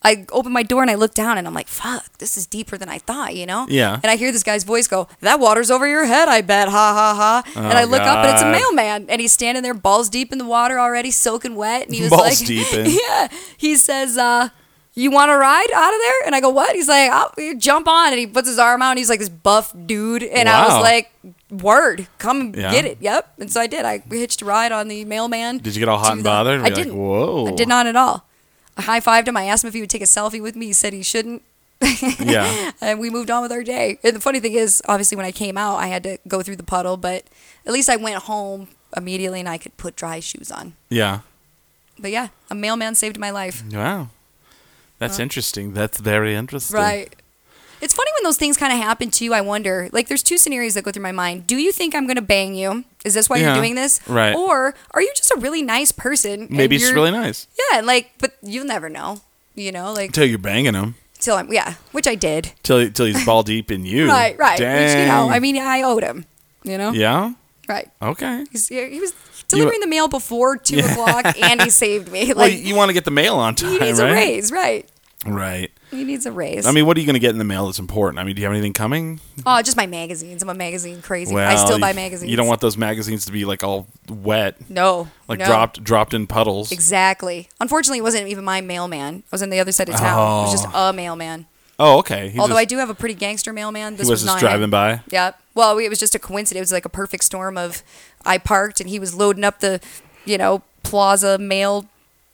I open my door and I look down and I'm like, "Fuck, this is deeper than I thought," you know?
Yeah.
And I hear this guy's voice go, "That water's over your head, I bet." Ha ha ha! and I look up and it's a
Oh, God.
mailman, and he's standing there, balls deep in the water already, soaking wet, and he was
Balls
like,
deep in.
"Yeah." He says, uh, "You want to ride out of there?" And I go, "What?" He's like, I'll, you "Jump on!" And he puts his arm out, and he's like this buff dude, and I
Wow.
was like. Word, come and
Yeah.
get it. Yep. And so I did. I hitched a ride on the mailman.
Did you get all hot
to
and
the-
bothered?
I
Be like,
didn't.
"Whoa."
I did not at all. I high fived him. I asked him if he would take a selfie with me. He said he shouldn't.
Yeah.
And we moved on with our day. And the funny thing is, obviously, when I came out, I had to go through the puddle, but at least I went home immediately and I could put dry shoes on.
Yeah.
But yeah, a mailman saved my life.
Wow. That's interesting. That's very interesting.
Uh, Right. It's funny when those things kind of happen to you. I wonder, like, there's two scenarios that go through my mind. Do you think I'm going to bang you? Is this why
Yeah.
you're doing this?
Right.
Or are you just a really nice person? and
Maybe it's
you're-
really nice.
Yeah, and like, but you'll never know. You know, like,
Until you're banging them.
Till I'm yeah, which I did.
till till he's ball deep in you.
Right, right.
Dang.
Which, you know, I mean, I owed him. You know,
yeah.
right.
Okay.
He's, yeah, he was delivering the mail before two o'clock, and he saved me.
Well,
Like
you want to get the mail on time,
he needs
right?
a raise, right?
Right.
He needs a raise.
I mean, what are you going to get in the mail that's important? I mean, do you have anything coming?
oh, just my magazines. I'm a magazine crazy. I still
you-
buy magazines.
You don't want those magazines to be like all wet,
no,
like
no.
dropped dropped in puddles.
Exactly. Unfortunately, it wasn't even my mailman. I was on the other side of town. It was just a mailman.
Oh, okay. He
Although
just,
I do have a pretty gangster mailman. This
was just
not
driving
him.
by?
Yep. Well, it was just a coincidence. It was like a perfect storm of I parked and he was loading up the, you know, plaza mail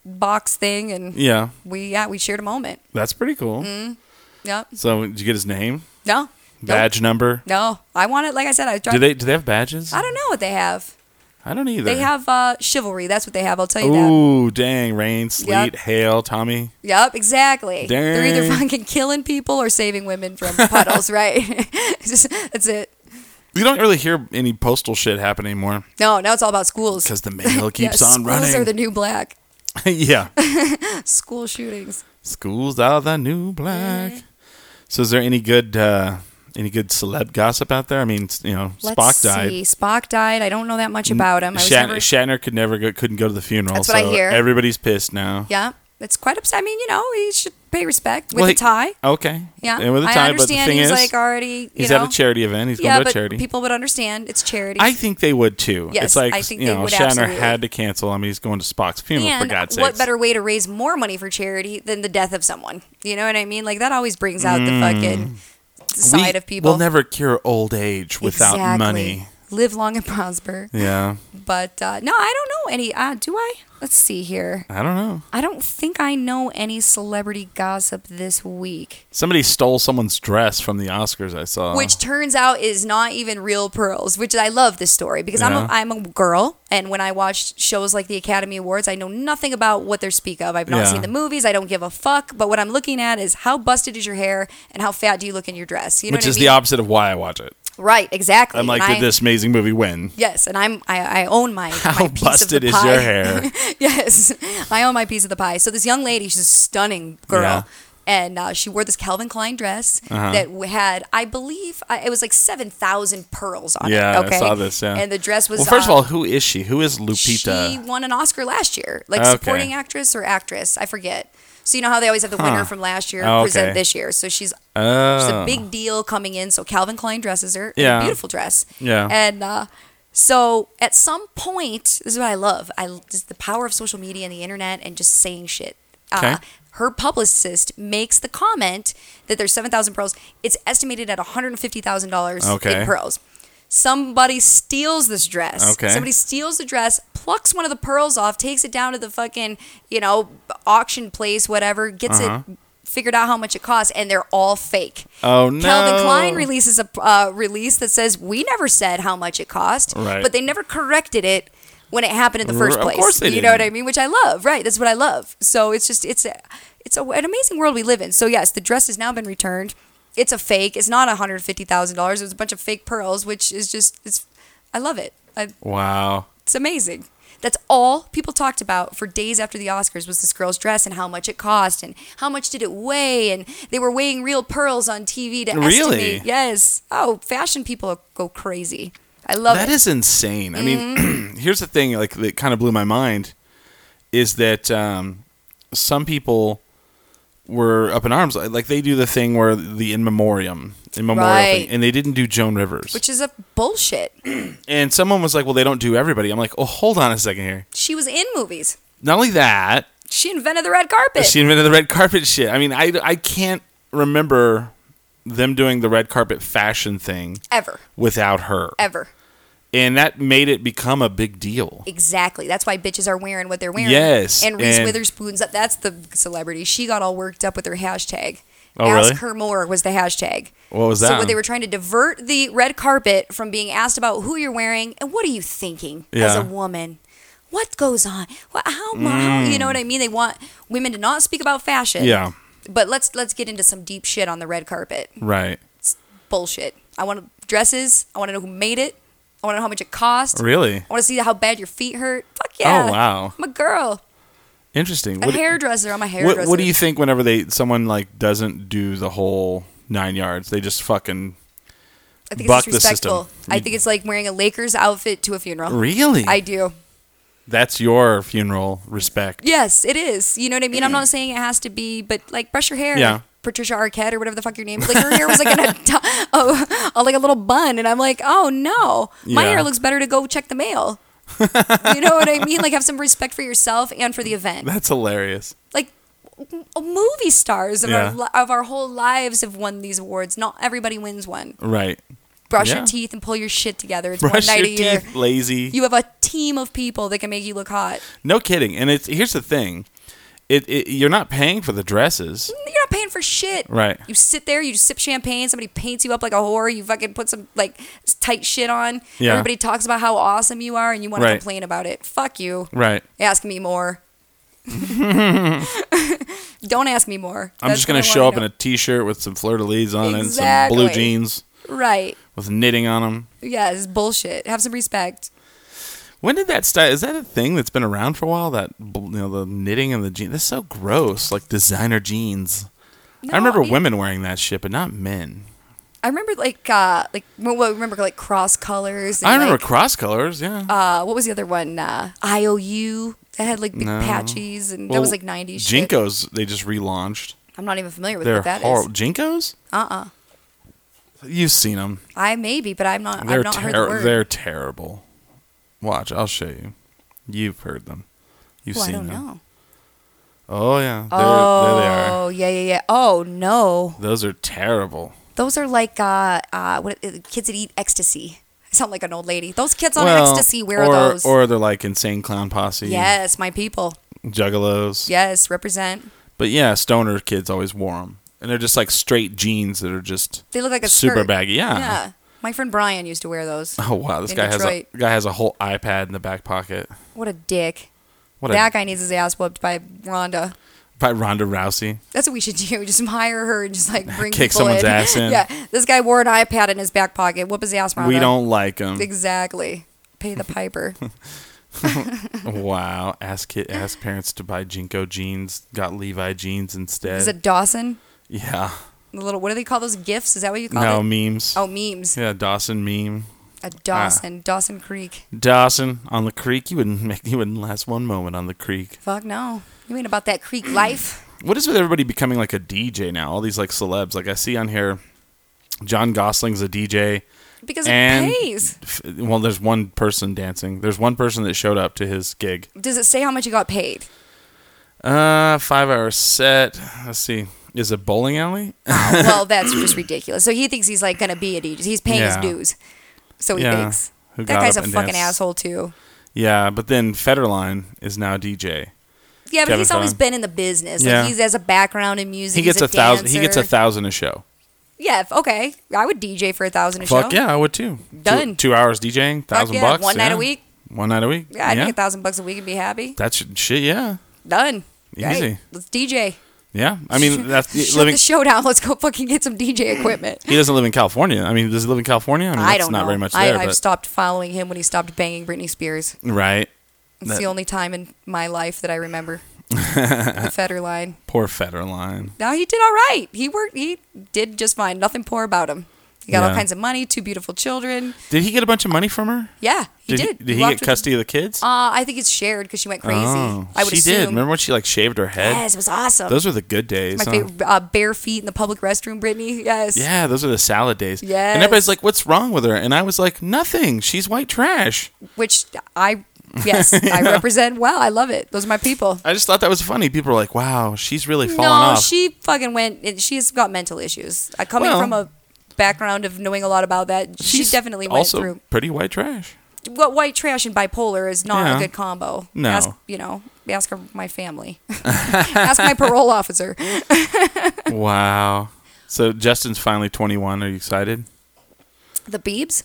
box thing, and
Yeah,
we yeah we shared a moment.
that's pretty cool.
Mm-hmm. Yep.
So, did you get his name,
No.
badge number?
No. I want it. Like I said, I
Do
drive.
they do they have badges?
I don't know what they have.
I don't either.
They have uh, chivalry. That's what they have. I'll tell you that.
Ooh, dang! Rain, sleet,
Yep.
hail, Tommy.
Yep, exactly. They're either
Dang.
fucking killing people or saving women from puddles, right? It's just- That's it.
You don't really hear any postal shit happen anymore
No, now it's all about schools.
because the mail
Yeah,
keeps on
schools
running.
are the new black.
yeah,
School shootings.
schools are the new black. So, is there any good uh, any good celeb gossip out there? I mean, you know,
Let's
Spock
see.
died.
Spock died. I don't know that much about him. I was
Shat-
never.
Shatner could never go, couldn't go to the funeral.
That's what I
so
hear.
Everybody's pissed now.
yeah, it's quite upset. I mean, you know, he should pay respect with
Well,
a tie.
he- Okay.
Yeah,
And with a tie,
I
but the
understand
thing
he's
is,
like already. You
he's
know,
at a charity event. He's
Yeah,
going to
but
a charity.
people would understand. It's charity.
I think they would too.
Yes,
it's like
I think
you
they
know,
would
Shatner
absolutely.
had to cancel. I mean, he's going to Spock's funeral for
and
God's sake.
what better way to raise more money for charity than the death of someone? You know what I mean? Like that always brings out the
Mm.
fucking side of people.
We'll never cure old age without
Exactly.
money.
Live long and prosper.
Yeah,
But uh, no, I don't know any. Uh, do I? Let's see here.
I don't know.
I don't think I know any celebrity gossip this week,
Somebody stole someone's dress from the Oscars. I saw.
which turns out is not even real pearls. Which I love this story because
Yeah.
I'm a, I'm a girl, and when I watch shows like the Academy Awards, I know nothing about what they are speak of. I've not
Yeah.
seen the movies. I don't give a fuck. But what I'm looking at is how busted is your hair and how fat do you look in your dress. You know
which
what
is
I mean?
the opposite of why I watch it.
right? Exactly.
I'm like,
And
did
I-
this amazing movie win?
Yes, and I'm I, I own my
How
my piece of
busted
the
is
pie.
your hair?
yes, I own my piece of the pie. So this young lady, she's a stunning girl.
Yeah. Uh-huh.
And uh, she wore this Calvin Klein dress that w- had, I believe, I, it was like seven thousand pearls on
Yeah,
it. Okay,
I saw this. Yeah.
and the dress was.
Well, first
uh,
of all, who is she? Who is Lupita?
she won an Oscar last year, like
Okay.
supporting actress or actress, I forget. So you know how they always have the winner
Huh.
from last year
Oh,
present
okay.
this year. So she's
oh.
it's a big deal coming in. So Calvin Klein dresses her. in
Yeah.
A beautiful dress.
Yeah.
And uh, so at some point, this is what I love. I just the power of social media and the internet and just saying shit.
Okay.
Uh, her publicist makes the comment that there's 7,000 pearls. It's estimated at $150,000
Okay.
in pearls. Somebody steals this dress.
Okay.
Somebody steals the dress, plucks one of the pearls off, takes it down to the fucking, you know, auction place, whatever, gets it figured out how much it costs, and they're all fake.
Uh-huh. Oh, no.
Calvin Klein releases a uh, release that says we never said how much it cost,
Right.
but they never corrected it when it happened in the first
Of
place.
course they
you know what
didn't.
I mean? Which I love, right? That's what I love. So it's just it's a, it's a, an amazing world we live in. So yes, the dress has now been returned. It's a fake. It's not one hundred fifty thousand dollars. It was a bunch of fake pearls, which is just it's. I love it. I,
wow.
it's amazing. That's all people talked about for days after the Oscars was this girl's dress and how much it cost and how much did it weigh and they were weighing real pearls on TV to
Really?
estimate. Yes. Oh, fashion people go crazy. I love
That
it.
is insane. I
Mm-hmm.
mean, here's the thing like that kind of blew my mind is that um, some people were up in arms like they do the thing where the in memoriam in memorial
Right.
thing and they didn't do Joan Rivers.
which is a bullshit.
and someone was like, "Well, they don't do everybody." I'm like, "Oh, hold on a second here.
She was in movies.
Not only that,
She invented the red carpet.
she invented the red carpet shit. I mean, I I can't remember them doing the red carpet fashion thing
ever.
without her.
Ever.
And that made it become a big deal.
Exactly. That's why bitches are wearing what they're wearing.
Yes,
And Reese
and-
Witherspoon's that's the celebrity. She got all worked up with her hashtag.
Oh,
Ask
really?
her more was the hashtag.
What was
So
that?
what they were trying to divert the red carpet from being asked about who you're wearing and what are you thinking as
Yeah.
a woman. What goes on? What, how, mu- how you know what I mean? They want women to not speak about fashion.
Mm. Yeah.
But let's let's get into some deep shit on the red carpet.
Right.
Bullshit. I want dresses. I want to know who made it. I want to know how much it cost.
Really? Oh,
I want to see how bad your feet hurt. Fuck yeah.
wow.
I'm a girl.
Interesting.
A
What-
hairdresser. I'm a
What,
hairdresser.
what do you think whenever they someone like doesn't do the whole nine yards? They just fucking
I think
buck
it's
the system?
disrespectful. I
You-
think it's like wearing a Lakers outfit to a funeral.
Really?
I do.
that's your funeral respect.
Yes, it is. You know what I mean? I'm not saying it has to be, but like brush your hair.
Mm. Yeah.
Patricia Arquette or whatever the fuck your name is. Like her hair was like in a, t- oh, oh, like a little bun, and I'm like, oh no, my
Yeah.
hair looks better to go check the mail. you know what I mean? Like have some respect for yourself and for the event.
That's hilarious.
Like m- movie stars of
Yeah.
our li- of our whole lives have won these awards. Not everybody wins one.
Right.
Brush
Yeah.
your teeth and pull your shit together. It's
Brush
one
your
night a year.
teeth, lazy.
You have a team of people that can make you look hot.
no kidding. And it's here's the thing. It, it you're not paying for the dresses.
You're not paying for shit.
Right.
You sit there, you sip champagne, somebody paints you up like a whore, you fucking put some like tight shit on.
Yeah.
Everybody talks about how awesome you are and you want
Right.
to complain about it. Fuck you.
Right.
Ask me more. Don't ask me more.
I'm just gonna show up in a t-shirt with some fleur de lis on it, and some blue
Exactly.
jeans
a Right.
with knitting on them.
Yeah, it's bullshit. Have some respect.
When did that start? Is that a thing that's been around for a while? That bl- you know the knitting and the jeans. That's so gross. Like designer jeans. I remember
you-
women wearing that shit, but not men.
I remember like uh like well, well, remember like cross colors and,
I remember
like,
cross colors. Yeah.
uh what was the other one? Uh IOU that had like big
No.
patches and that was like nineties shit.
Jinkos. They just relaunched.
I'm not even familiar with
They're
what that is.
horrible. Jinkos.
Uh uh
You've seen them.
I may be, but I'm not.
They're
I've not heard the
ter-
word.
they're terrible. Watch, I'll show you. You've heard them. You've
oh, I
seen
don't
them.
know.
Oh yeah. They're, there they are.
Oh yeah, yeah, yeah. Oh no,
Those are terrible.
those are like uh, uh, what uh, kids that eat ecstasy. I sound like an old lady. Those kids on
Well,
ecstasy wear
or,
those.
Or they're like insane clown posse.
yes, my people.
Juggalos.
Yes, represent.
But yeah, stoner kids always wore them, and they're just like straight jeans that are just
They look like a
super
skirt.
baggy. Yeah.
Yeah. My friend Brian used to wear those.
Oh wow, this
In
guy has a
Detroit.
guy has a whole iPad in the back pocket.
What a dick.
What
that
a
guy needs his ass whooped by Rhonda.
by Ronda Rousey.
That's what we should do. Just hire her and just like bring
Kick
people
someone's
in.
ass in.
Yeah. This guy wore an iPad in his back pocket. Whoop his ass, Rhonda.
We don't like him.
Exactly. Pay the piper.
Wow. Ask kid ask parents to buy Jinko jeans, got Levi jeans instead.
Is it Dawson?
yeah.
The little what do they call those gifts? Is that what you call
No
it?
memes.
Oh, memes.
Yeah, Ah. Dawson meme.
A Dawson, Dawson Creek.
Dawson on the creek. You wouldn't make you wouldn't last one moment on the creek.
Fuck no. You mean about that Creek life?
What is with everybody becoming like a DJ now? All these like celebs. Like I see on here John Gosling's a DJ.
Because
And
it pays.
f- well, there's one person dancing. There's one person that showed up to his gig.
Does it say how much you got paid?
Uh, five hour set. Let's see. Is it bowling alley?
Oh, well, that's just ridiculous. So he thinks he's like gonna be a DJ. He's paying
Yeah.
his dues. So he
Yeah.
thinks.
Who
that
got
guy's a
up and
fucking
danced.
asshole too.
Yeah, but then Federline is now a DJ.
Yeah, but
Kevin
he's always
Fallon.
been in the business. Like
Yeah.
he's has a background in music.
He gets
he's
a thousand. He gets a
dancer.
thousand a show.
Yeah, if- okay. I would DJ for a thousand a
Fuck
show.
yeah, I would too. Two- Two,
Done.
hours DJing, thousand
yeah,
bucks.
one night
yeah.
a week.
One night a week.
Yeah, I'd make a thousand bucks a week and be happy.
That's shit. Yeah,
Done.
Easy.
Hey, let's DJ.
yeah. I mean, that's
Shut
living.
the show down. Let's go fucking get some DJ equipment.
he doesn't live in California. I mean, does he live in California? I mean,
I
that's
don't
not
know.
very much
I,
there.
I've
but,
stopped following him when he stopped banging Britney Spears.
right.
It's
That-
the only time in my life that I remember. the Federline.
Poor Federline.
No, he did all right. He worked. He did just fine. Nothing poor about him. He got
Yeah.
all kinds of money. Two beautiful children.
Did he get a bunch of money from her?
Yeah, he did.
Did he,
walked
get
with-
custody of the kids?
Uh, I think it's shared because she went crazy.
Oh,
I would
she
assume.
did. Remember when she like shaved her head?
Yes, it was awesome.
Those were the good days.
my
huh?
favorite uh, bare feet in the public restroom, Brittany. Yes.
Yeah, those are the salad days.
Yes.
And everybody's like, "What's wrong with her?" And I was like, "Nothing. She's white trash."
Which I yes, I represent well. I love it. Those are my people.
I just thought that was funny. People were like, "Wow, she's really fallen
no,
off."
she fucking went. and She's got mental issues. Uh, Coming
Well-
from a background of knowing a lot about that, she definitely went
also
through.
pretty white trash.
What white trash and bipolar is not
Yeah.
a good combo.
No.
ask, you know, ask her, my family, ask my parole officer.
wow. So Justin's finally 21. Are you excited?
The Beebs,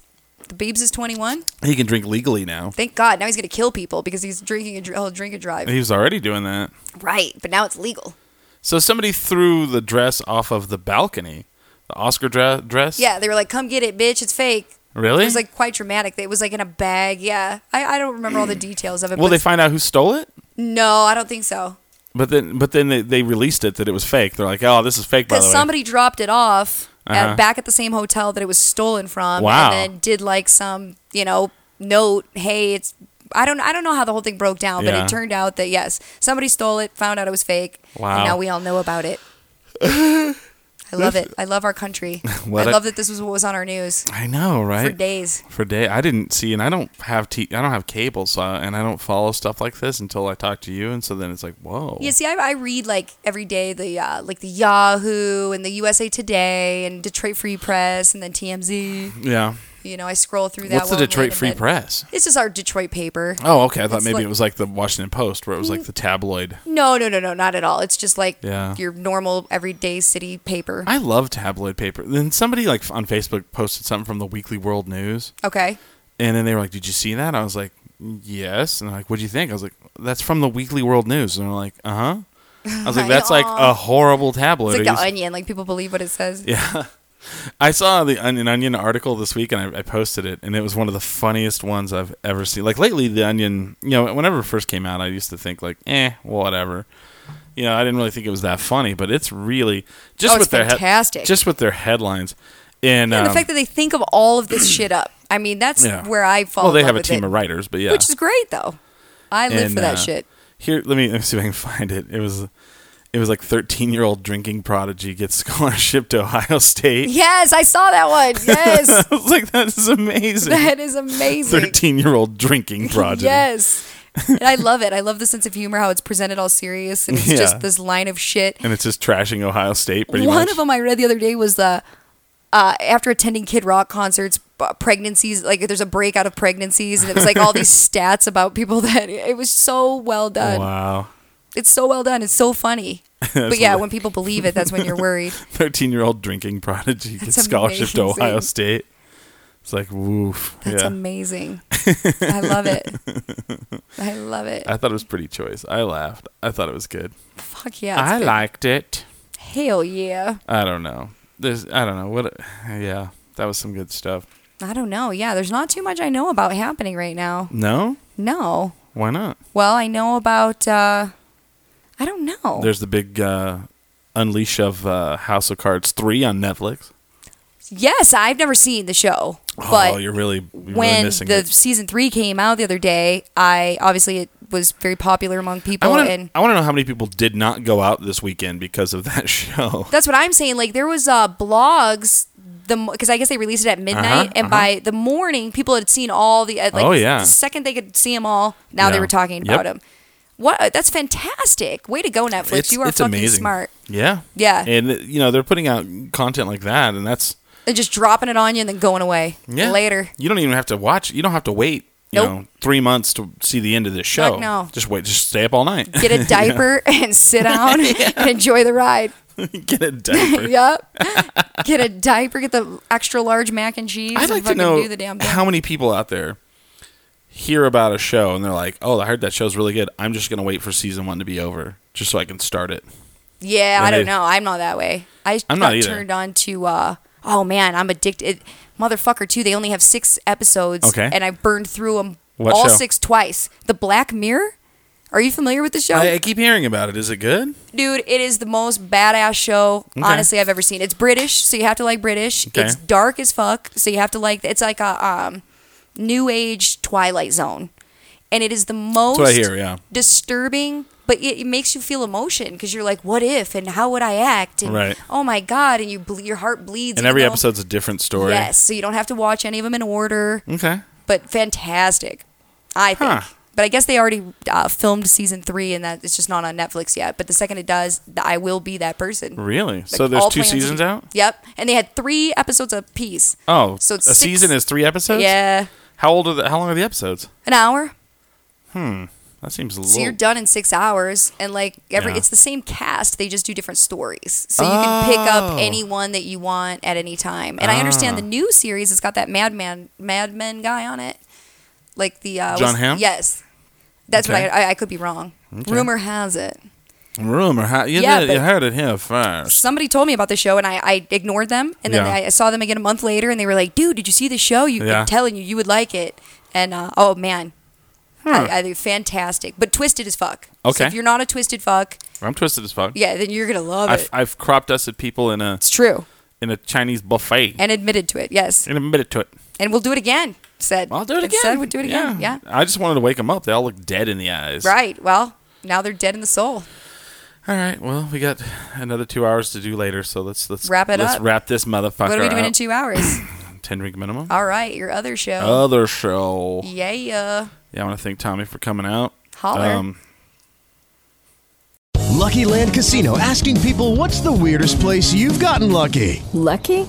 the Beebs is twenty one.
He can drink legally now.
Thank God. Now he's gonna kill people because he's drinking and dr- he'll drink and drive.
He was already doing that.
Right, but now it's legal.
So somebody threw the dress off of the balcony. The Oscar dre- dress.
Yeah, they were like, "Come get it, bitch! It's fake."
Really?
It was like quite dramatic. It was like in a bag. Yeah, I, I don't remember all the details of it.
Will
but
they find out who stole it?
No, I don't think so.
But then, but then they, they released it that it was fake. They're like, "Oh, this is fake." By the
Because
way,
somebody dropped it off
Uh-huh.
at, back at the same hotel that it was stolen from,
Wow.
and then did like some, you know, note. Hey, it's I don't I don't know how the whole thing broke down, but
Yeah.
it turned out that yes, somebody stole it, found out it was fake,
Wow.
and now we all know about it. I love it. I love our country. I
What a-
love that this was what was on our news
I know, right?
for days.
For day, I didn't see, and I don't have t- I don't have cable, so and I don't follow stuff like this until I talk to you, and so then it's like, whoa.
Yeah, see, I, I read like every day the uh, like the Yahoo and the USA Today and Detroit Free Press and then TMZ.
Yeah.
You know, I scroll through that.
What's the
while I'm
Detroit
laying in
Free
bed.
Press?
It's just our Detroit paper.
Oh, okay. I thought
It's
maybe
like- Hmm.
it was like the Washington Post, where it was like the tabloid.
No, no, no, no, not at all. It's just like
Yeah.
your normal everyday city paper.
I love tabloid paper. Then somebody like on Facebook posted something from the Weekly World News,
okay.
and then they were like, "Did you see that?" I was like, "Yes." And they're like, "What do you think?" I was like, "That's from the Weekly World News." And they're like, "Uh huh." I was like,
my
"That's like
God.
a horrible tabloid."
It's like
Are
the
you s-
onion. Like people believe what it says.
I saw the Onion, Onion article this week, and I, I posted it, and it was one of the funniest ones I've ever seen. Like lately, the Onion, you know, whenever it first came out, I used to think like, eh, whatever. You know, I didn't really think it was that funny, but it's really just
Oh, it's
with their head-
fantastic.
just with their headlines, and,
And the
um,
fact that they think of all of this shit up. I mean, that's
yeah.
where I fall.
Well, they
in love
have a
with
team
it,
of writers, but yeah,
which is great though. I live
And,
for that
uh,
shit.
Here, let me, let me see if I can find it. It was, it was like thirteen-year-old drinking prodigy gets scholarship to Ohio State.
Yes, I saw that one. Yes,
I was like, that is amazing.
that is amazing.
Thirteen-year-old drinking prodigy.
Yes. And I love it. I love the sense of humor, how it's presented all serious, and it's
Yeah.
just this line of shit.
and it's just trashing Ohio State. Pretty
One
much.
of them I read the other day was the uh, after attending Kid Rock concerts, b- pregnancies like there's a breakout of pregnancies, and it was like all these stats about people that it was so well done.
Oh, Wow,
It's so well done. It's so funny. but yeah,
what I-
when people believe it, that's when you're worried.
thirteen-year-old drinking prodigy gets
That's
scholarship to Ohio
amazing.
State. It's like woof.
That's
yeah,
amazing. I love it. I love it.
I thought it was pretty choice. I laughed. I thought it was good.
Fuck yeah. it's
I
good.
liked it.
Hell yeah.
I don't know. There's. I don't know what. Yeah, that was some good stuff.
I don't know. Yeah, there's not too much I know about happening right now.
No,
No.
why not?
Well, I know about. Uh, I don't know.
There's the big uh, unleash of uh, House of Cards three on Netflix.
yes, I've never seen the show,
oh,
but
you're really you're really
when
missing
the
it.
season three came out the other day, I obviously it was very popular among
I
people,
want to.
and
I want to know how many people did not go out this weekend because of that show.
that's what I'm saying. Like there was uh, blogs. The because I guess they released it at midnight,
Uh-huh,
and by the morning, people had seen all the uh, like
Oh, yeah.
the second they could see them all. Now
Yeah.
they were talking
Yep.
about them. What? uh, That's fantastic. Way to go, Netflix. you are fucking smart.
Yeah.
Yeah.
And uh, you know, they're putting out content like that and that's
And Uh, just dropping it on you and then going away
yeah.
later.
You don't even have to watch. You don't have to wait, you
Nope.
know, 3 months to see the end of this show.
Fuck no.
Just wait, just stay up all night.
Get a diaper and sit down and enjoy the ride.
Get a diaper.
Yep. Get a diaper. Get the extra large mac and cheese.
I'd
and
like to
fucking
know
do the damn thing.
how many people out there hear about a show and they're like, "Oh, I heard that show's really good. I'm just going to wait for season 1 to be over just so I can start it."
yeah,
when
I
they-
don't know. I'm not that way. I
I'm not
got
either.
turned on to. uh Oh man, I'm addicted. Motherfucker, too. They only have six episodes,
Okay.
and I burned through them
What
all
show?
six twice. The Black Mirror. Are you familiar with the show?
I, I keep hearing about it. Is it good?
Dude, it is the most badass show
Okay.
honestly I've ever seen. It's British, so you have to like British.
Okay.
It's dark as fuck, so you have to like. It's like a um, new age Twilight Zone, and it is the most
what I hear, yeah.
disturbing. But it, it makes you feel emotion because you're like, what if and how would I act? And,
Right.
Oh my god! And you ble- your heart bleeds.
And
even
every
though-
episode's a different story.
Yes, so you don't have to watch any of them in order,
Okay.
but fantastic, I think.
Huh.
But I guess they already uh, filmed season three, and that it's just not on Netflix yet. But the second it does, th- I will be that person.
Really?
Like,
so there's
all
two
plans-
seasons out?
Yep, and they had three episodes a piece.
Oh, so
So it's
a
six-
season is three episodes.
Yeah,
How old are the? How long are the episodes?
an hour.
That seems a
So you're
little.
done in six hours, and like every,
Yeah.
it's the same cast. They just do different stories, so you can pick
Oh. Ah.
up anyone that you want at any time. And I understand the new series has got that Madman Madman guy on it, like the uh,
John
was-
Hamm?
Yes, that's
Okay.
what I, I I could be wrong. Rumor has it.
Rumor, how, you,
Yeah,
did- you
but-
heard it here first.
Somebody told me about the show and I, I ignored them. And then
Yeah.
I, I saw them again a month later and they were like, dude, did you see the show? You,
Yeah.
I'm telling you, you would like it. And uh, oh man, I, I think fantastic, but twisted as fuck. So
Okay.
if you're not a twisted fuck,
I'm twisted as fuck.
yeah, then you're gonna love
I've,
it.
I've cropped us at people in a
it's true,
in a Chinese buffet
and admitted to it. Yes,
and admitted to it.
and we'll do it again. Said.
I'll do it
And
again.
Said we'd do it again. Yeah.
I just wanted to wake them up. They all look dead in the eyes.
Right. Well, now they're dead in the soul.
All right. Well, we got another two hours to do later, so let's let's
Wrap it
let's
up.
wrap this motherfucker.
What are we doing
up.
in two hours?
Ten drink minimum.
All right, your other show.
Other show.
yeah, yeah.
Yeah, I want to thank Tommy for coming out. Um,
Holler.
Lucky Land Casino asking people what's the weirdest place you've gotten lucky?
Lucky?